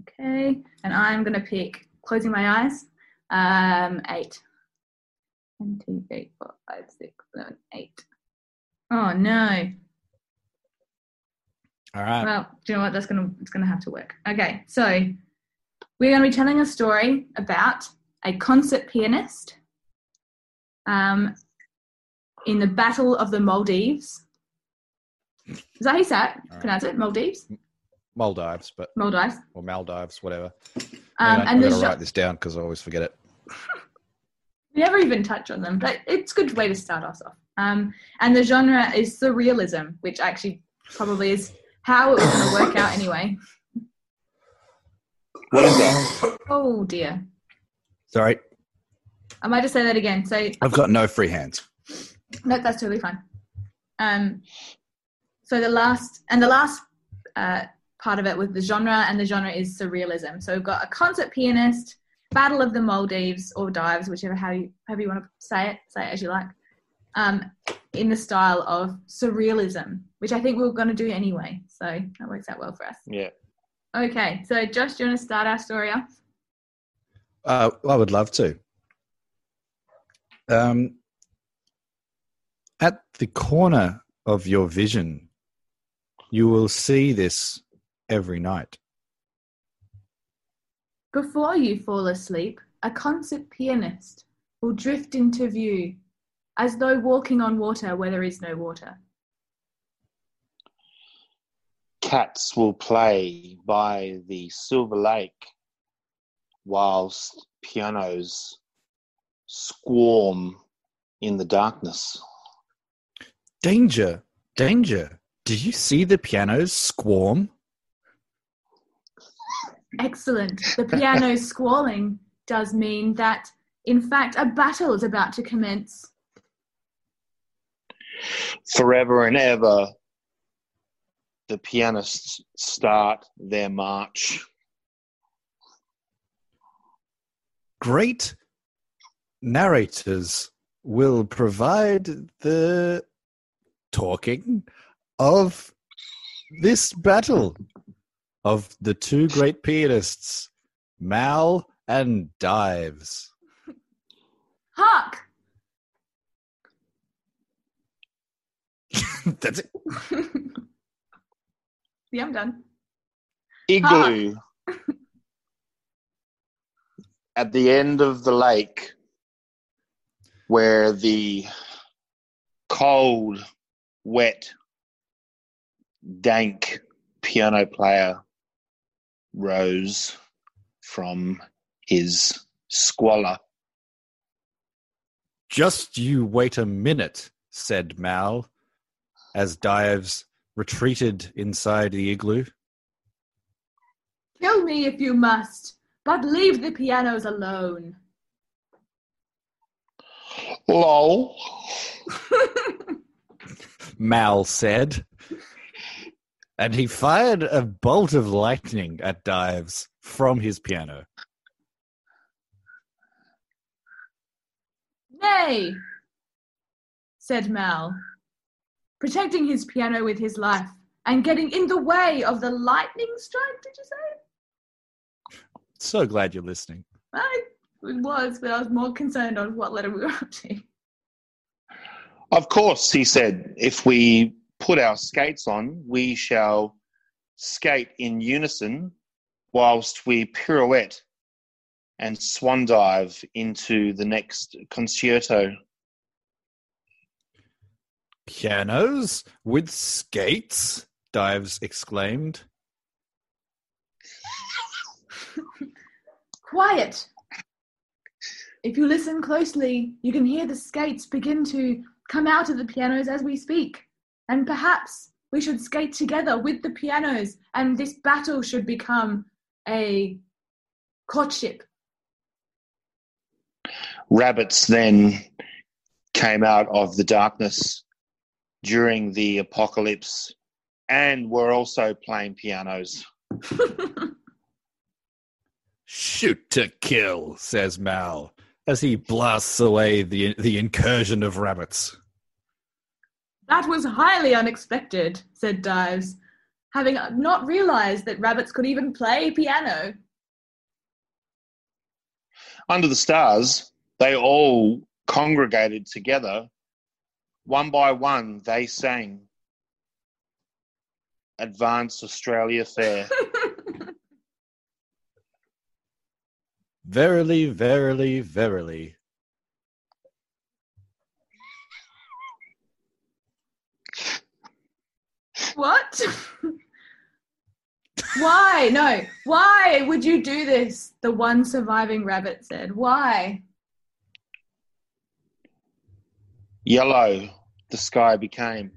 S1: Okay, and I'm going to pick closing my eyes. Um, eight. One, two, three, four, five, six, seven, eight. Oh no!
S2: All right.
S1: Well, do you know what? That's gonna it's gonna have to work. Okay, so we're gonna be telling a story about a concert pianist um, in the Battle of the Maldives. Is that how you say it?
S2: Alright.
S1: Pronounce it Maldives,
S2: Maldives, but
S1: Maldives.
S2: or Maldives, whatever.
S1: Um, and
S2: Anyway, I'm
S1: the
S2: gonna
S1: genre,
S2: write this down because I always forget it.
S1: we never even touch on them, but it's a good way to start us off. Um, and the genre is surrealism, which actually probably is how it was gonna work out anyway.
S4: What is that?
S1: Oh dear!
S2: Sorry,
S1: I might just say that again. So
S2: I've got no free hands.
S1: No, that's totally fine. Um, so the last and the last uh, part of it was the genre, and the genre is surrealism. So we've got a concert pianist, Battle of the Maldives or Dives, whichever how you however you want to say it, say it as you like, um, in the style of surrealism, which I think we were going to do anyway. So that works out well for us.
S4: Yeah.
S1: Okay, so Josh, do you want to start our story off?
S2: Uh, I would love to. Um, at the corner of your vision, you will see this every night.
S1: Before you fall asleep, a concert pianist will drift into view as though walking on water where there is no water.
S4: Cats will play by the silver lake, whilst pianos squirm in the darkness.
S2: Danger! Danger! Do you see the pianos squirm?
S1: Excellent. The piano squalling does mean that, in fact, a battle is about to commence.
S4: Forever and ever, the pianists start their march.
S2: Great narrators will provide the talking of this battle of the two great pianists, Mal and Dives.
S1: Hark!
S2: That's it.
S1: yeah, I'm done.
S4: igloo at the end of the lake where the cold, wet, dank piano player rose from his squalor.
S2: Just you wait a minute, said Mal, as Dives retreated inside the igloo.
S1: Kill me if you must, but leave the pianos alone.
S4: Lol.
S2: Mal said. and he fired a bolt of lightning at Dives from his piano.
S1: Nay, said Mal, protecting his piano with his life and getting in the way of the lightning strike, did you say?
S2: So glad you're listening.
S1: I, it was, but I was more concerned on what letter we were up to.
S4: Of course, he said, if we put our skates on, we shall skate in unison whilst we pirouette and swan dive into the next concerto.
S2: Pianos with skates? Dives exclaimed.
S1: Quiet! If you listen closely, you can hear the skates begin to come out of the pianos as we speak. And perhaps we should skate together with the pianos, and this battle should become a courtship.
S4: Rabbits then came out of the darkness during the apocalypse and were also playing pianos.
S2: Shoot to kill, says Mal, as he blasts away the, the incursion of rabbits.
S1: That was highly unexpected, said Dives, having not realized that rabbits could even play piano.
S4: Under the stars, they all congregated together. One by one, they sang Advance Australia Fair.
S2: Verily, verily, verily.
S1: what? Why? No. Why would you do this? The one surviving rabbit said. Why?
S4: Yellow, the sky became,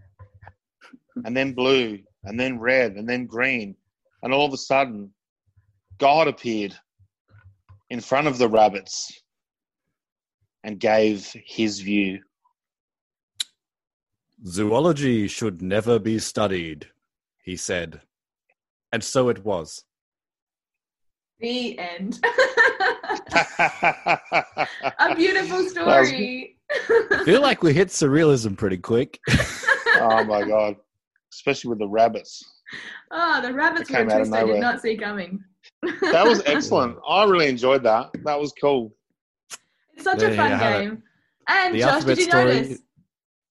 S4: and then blue, and then red, and then green. And all of a sudden, God appeared in front of the rabbits and gave his view.
S2: Zoology should never be studied, he said. And so it was.
S1: The end.
S4: Oh
S1: A beautiful
S4: was-
S1: story.
S2: Feel like we hit surrealism pretty quick.
S4: oh my God. Especially with the rabbits.
S1: Oh, the rabbits
S4: It
S1: were a
S4: came out of
S1: twist I did
S4: nowhere.
S1: not see coming.
S4: That was excellent. I really enjoyed that. That was cool.
S1: It's such
S2: There
S1: a
S2: you
S1: fun
S2: have it.
S1: game. And
S2: The
S1: Josh, did
S2: alphabet
S1: you
S2: story-
S1: notice?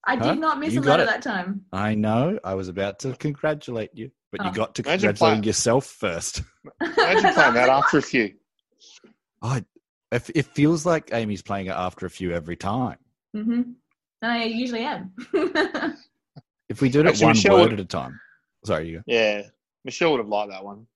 S1: I
S2: Huh?
S1: did not miss
S2: You
S1: a
S2: got
S1: letter
S2: it.
S1: that time.
S2: I know. I was about to congratulate you, but you
S1: Oh.
S2: got to
S4: Imagine
S2: congratulate
S4: pla-
S2: yourself first.
S4: Imagine playing that
S1: I
S4: after a few.
S2: I, it, it feels like Amy's playing it after a few every time.
S1: hmm I usually am.
S2: If we did it
S4: Actually,
S2: one
S4: Michelle-
S2: word at a time. Sorry, you. go.
S4: Yeah. Michelle would have liked that one.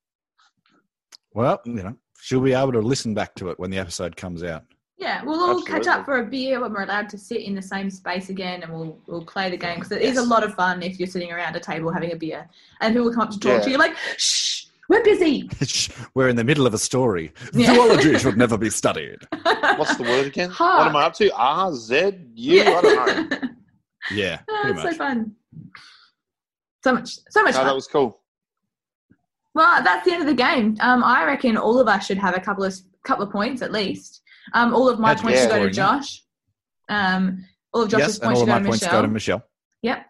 S2: Well, you know, she'll be able to listen back to it when the episode comes out.
S1: yeah, we'll all catch
S4: Absolutely.
S1: up for a beer when we're allowed to sit in the same space again, and we'll we'll play the game because it is a
S4: Yes.
S1: lot of fun if you're sitting around a table having a beer and people come up to talk
S4: Yeah.
S1: to you like, "Shh, we're busy."
S2: Shh, We're in the middle of a story.
S1: Yeah.
S2: Zoology should never be studied.
S4: What's the word again?
S1: Hark.
S4: What am I up to? R, Z, U? I don't know.
S2: Yeah,
S1: Oh,
S2: pretty
S1: it's so
S2: much.
S1: fun. So much, so much
S4: No,
S1: fun.
S4: that was cool.
S1: Well, that's the end of the game. Um, I reckon all of us should have a couple of couple of points at least. Um, all of my
S2: That's
S1: points should go to
S2: boring, yeah.
S1: Josh. Um, all of Josh's
S2: Yes, and
S1: points
S2: all
S1: should
S2: of
S1: go
S2: my
S1: to
S2: points
S1: Michelle.
S2: go to Michelle.
S1: Yep.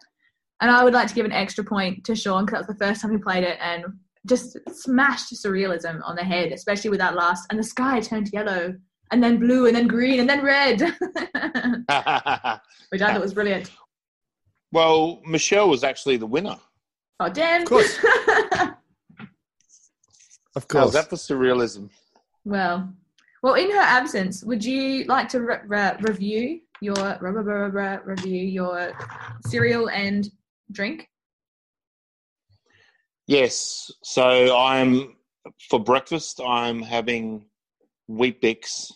S1: And I would like to give an extra point to Sean because that was the first time he played it and just smashed surrealism on the head, especially with that last. And the sky turned yellow and then blue and then green and then red, which I thought was brilliant.
S4: well, Michelle was actually the winner.
S1: Oh, damn.
S2: Of course. Of
S4: How's
S2: course.
S4: that for surrealism?
S1: Well, well, in her absence, would you like to re- re- review your re- re- re- re- review your cereal and drink?
S4: Yes. So I'm for breakfast. I'm having wheat bix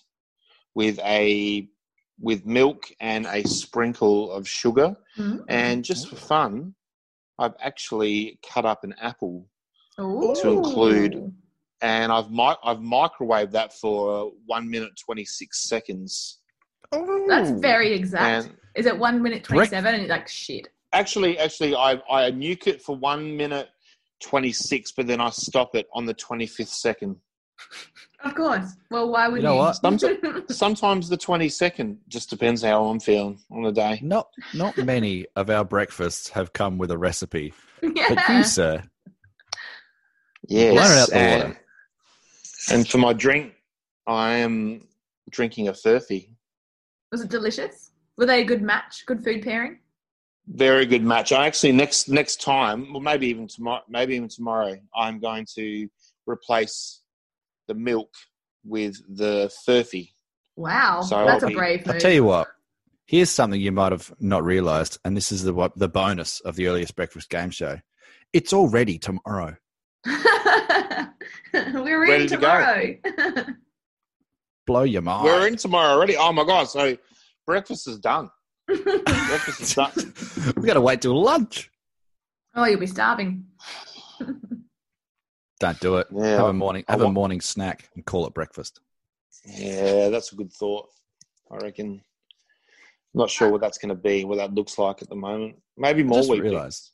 S4: with a with milk and a sprinkle of sugar.
S1: Mm.
S4: And just for fun, I've actually cut up an apple
S1: Ooh.
S4: include- and I've mi- I've microwaved that for one minute twenty six seconds.
S1: That's very exact.
S4: And
S1: Is it one minute
S2: Correct.
S1: twenty-seven? And you're like shit.
S4: actually, actually, I I nuke it for one minute 26, but then I stop it on the 25th second.
S1: Of course. Well, why would
S2: You know what?
S4: Sometimes the 22nd just depends how I'm feeling on the day.
S2: Not not many of our breakfasts have come with a recipe, but
S1: yeah.
S2: you, sir,
S4: Yes.
S2: Blur out the
S4: and,
S2: water.
S4: and for my drink, I am drinking a Furphy.
S1: Was it delicious? Were they a good match? Good food pairing?
S4: Very good match. I actually next next time, well, maybe even tomorrow, maybe even tomorrow, I'm going to replace the milk with the Furphy.
S1: Wow.
S4: So
S1: That's
S4: I'll
S1: a
S4: be-
S1: brave
S2: I'll
S1: move.
S2: tell you what. Here's something you might have not realised, and this is the what the bonus of the earliest breakfast game show. It's already tomorrow.
S1: We're
S4: Ready
S1: in
S4: to go.
S1: tomorrow.
S2: Blow your mind.
S4: We're in tomorrow already. Oh my god! So breakfast is done. breakfast is done.
S2: we got to wait till lunch.
S1: oh, you'll be starving.
S2: Don't do it.
S4: Yeah.
S2: Have a morning.
S4: I
S2: Have a
S4: want-
S2: morning snack and call it breakfast.
S4: Yeah, that's a good thought. I reckon. Not sure what that's going to be, what that looks like at the moment. Maybe more
S2: just
S4: weekly.
S2: realised.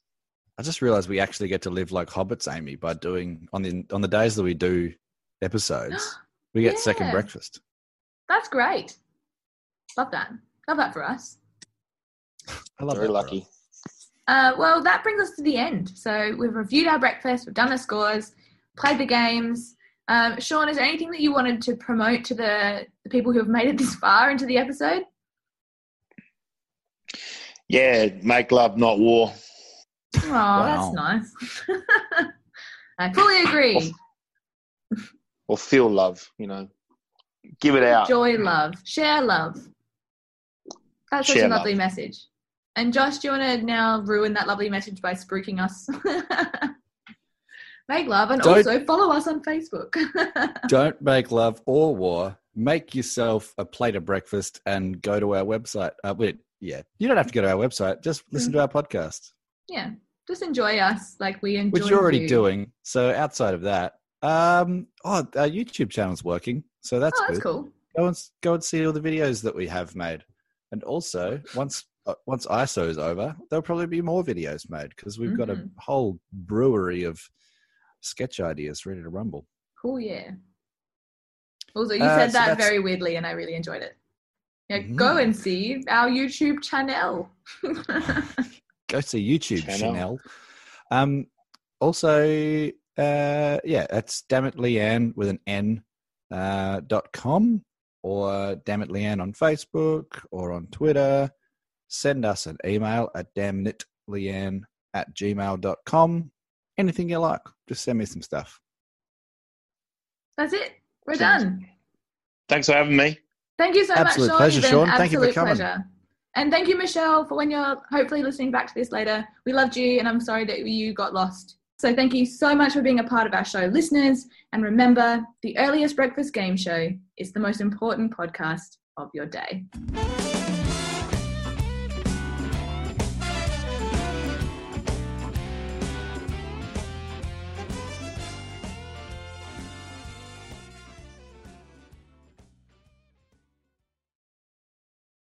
S2: I just realised we actually get to live like hobbits, Amy, by doing on the on the days that we do episodes, we get second
S1: Yeah.
S2: breakfast.
S1: That's great. Love that. Love that for us.
S2: I love
S4: Very
S2: that, bro.
S4: lucky.
S1: Uh, well, that brings us to the end. So we've reviewed our breakfast, we've done the scores, played the games. Um, Sean, is there anything that you wanted to promote to the, the people who have made it this far into the episode?
S4: Yeah, make love, not war.
S1: Oh,
S2: Wow.
S1: that's nice. I fully agree.
S4: Or feel love, you know. Give it out.
S1: Enjoy love. Share love. That's such
S4: Share
S1: a lovely message. And Josh, do you want to now ruin that lovely message by spruiking us? Make love and
S2: Don't-
S1: also follow us on Facebook.
S2: Don't make love or war. Make yourself a plate of breakfast and go to our website. Uh, wait, yeah, you don't have to go to our website. Just
S1: Mm.
S2: listen to our podcast,
S1: yeah, just enjoy us like we enjoy.
S2: which you're already
S1: you. Oh,
S2: doing. So outside of that, um, oh, our YouTube channel's working, so that's
S1: oh, that's
S2: good.
S1: cool.
S2: Go and s- go and see all the videos that we have made, and also once uh, once ISO is over, there'll probably be more videos made because we've got a
S1: Mhm.
S2: whole brewery of sketch ideas ready to rumble.
S1: Cool, yeah. Also, you
S2: Uh,
S1: said
S2: so
S1: that
S2: that's-
S1: very weirdly, and I really enjoyed it. Yeah,
S2: Mhm.
S1: go and see our YouTube channel.
S2: go to YouTube
S4: Channel.
S2: Chanel. Um, also, uh, yeah, that's Dammit Leanne with an N uh, dot com or Dammit Leanne on Facebook or on Twitter. Send us an email at damnitleanne at gmail.com. Anything you like, just send me some stuff.
S1: That's it. We're
S4: Cheers.
S1: done.
S4: Thanks for having me.
S1: Thank you so
S2: Absolute
S1: much, Sean.
S2: pleasure,
S1: You've been
S2: Sean.
S1: an
S2: Thank you for
S1: absolute
S2: coming.
S1: pleasure. And thank you, Michelle, for when you're hopefully listening back to this later. We loved you, and I'm sorry that you got lost. So thank you so much for being a part of our show, listeners. And remember, the earliest breakfast game show is the most important podcast of your day.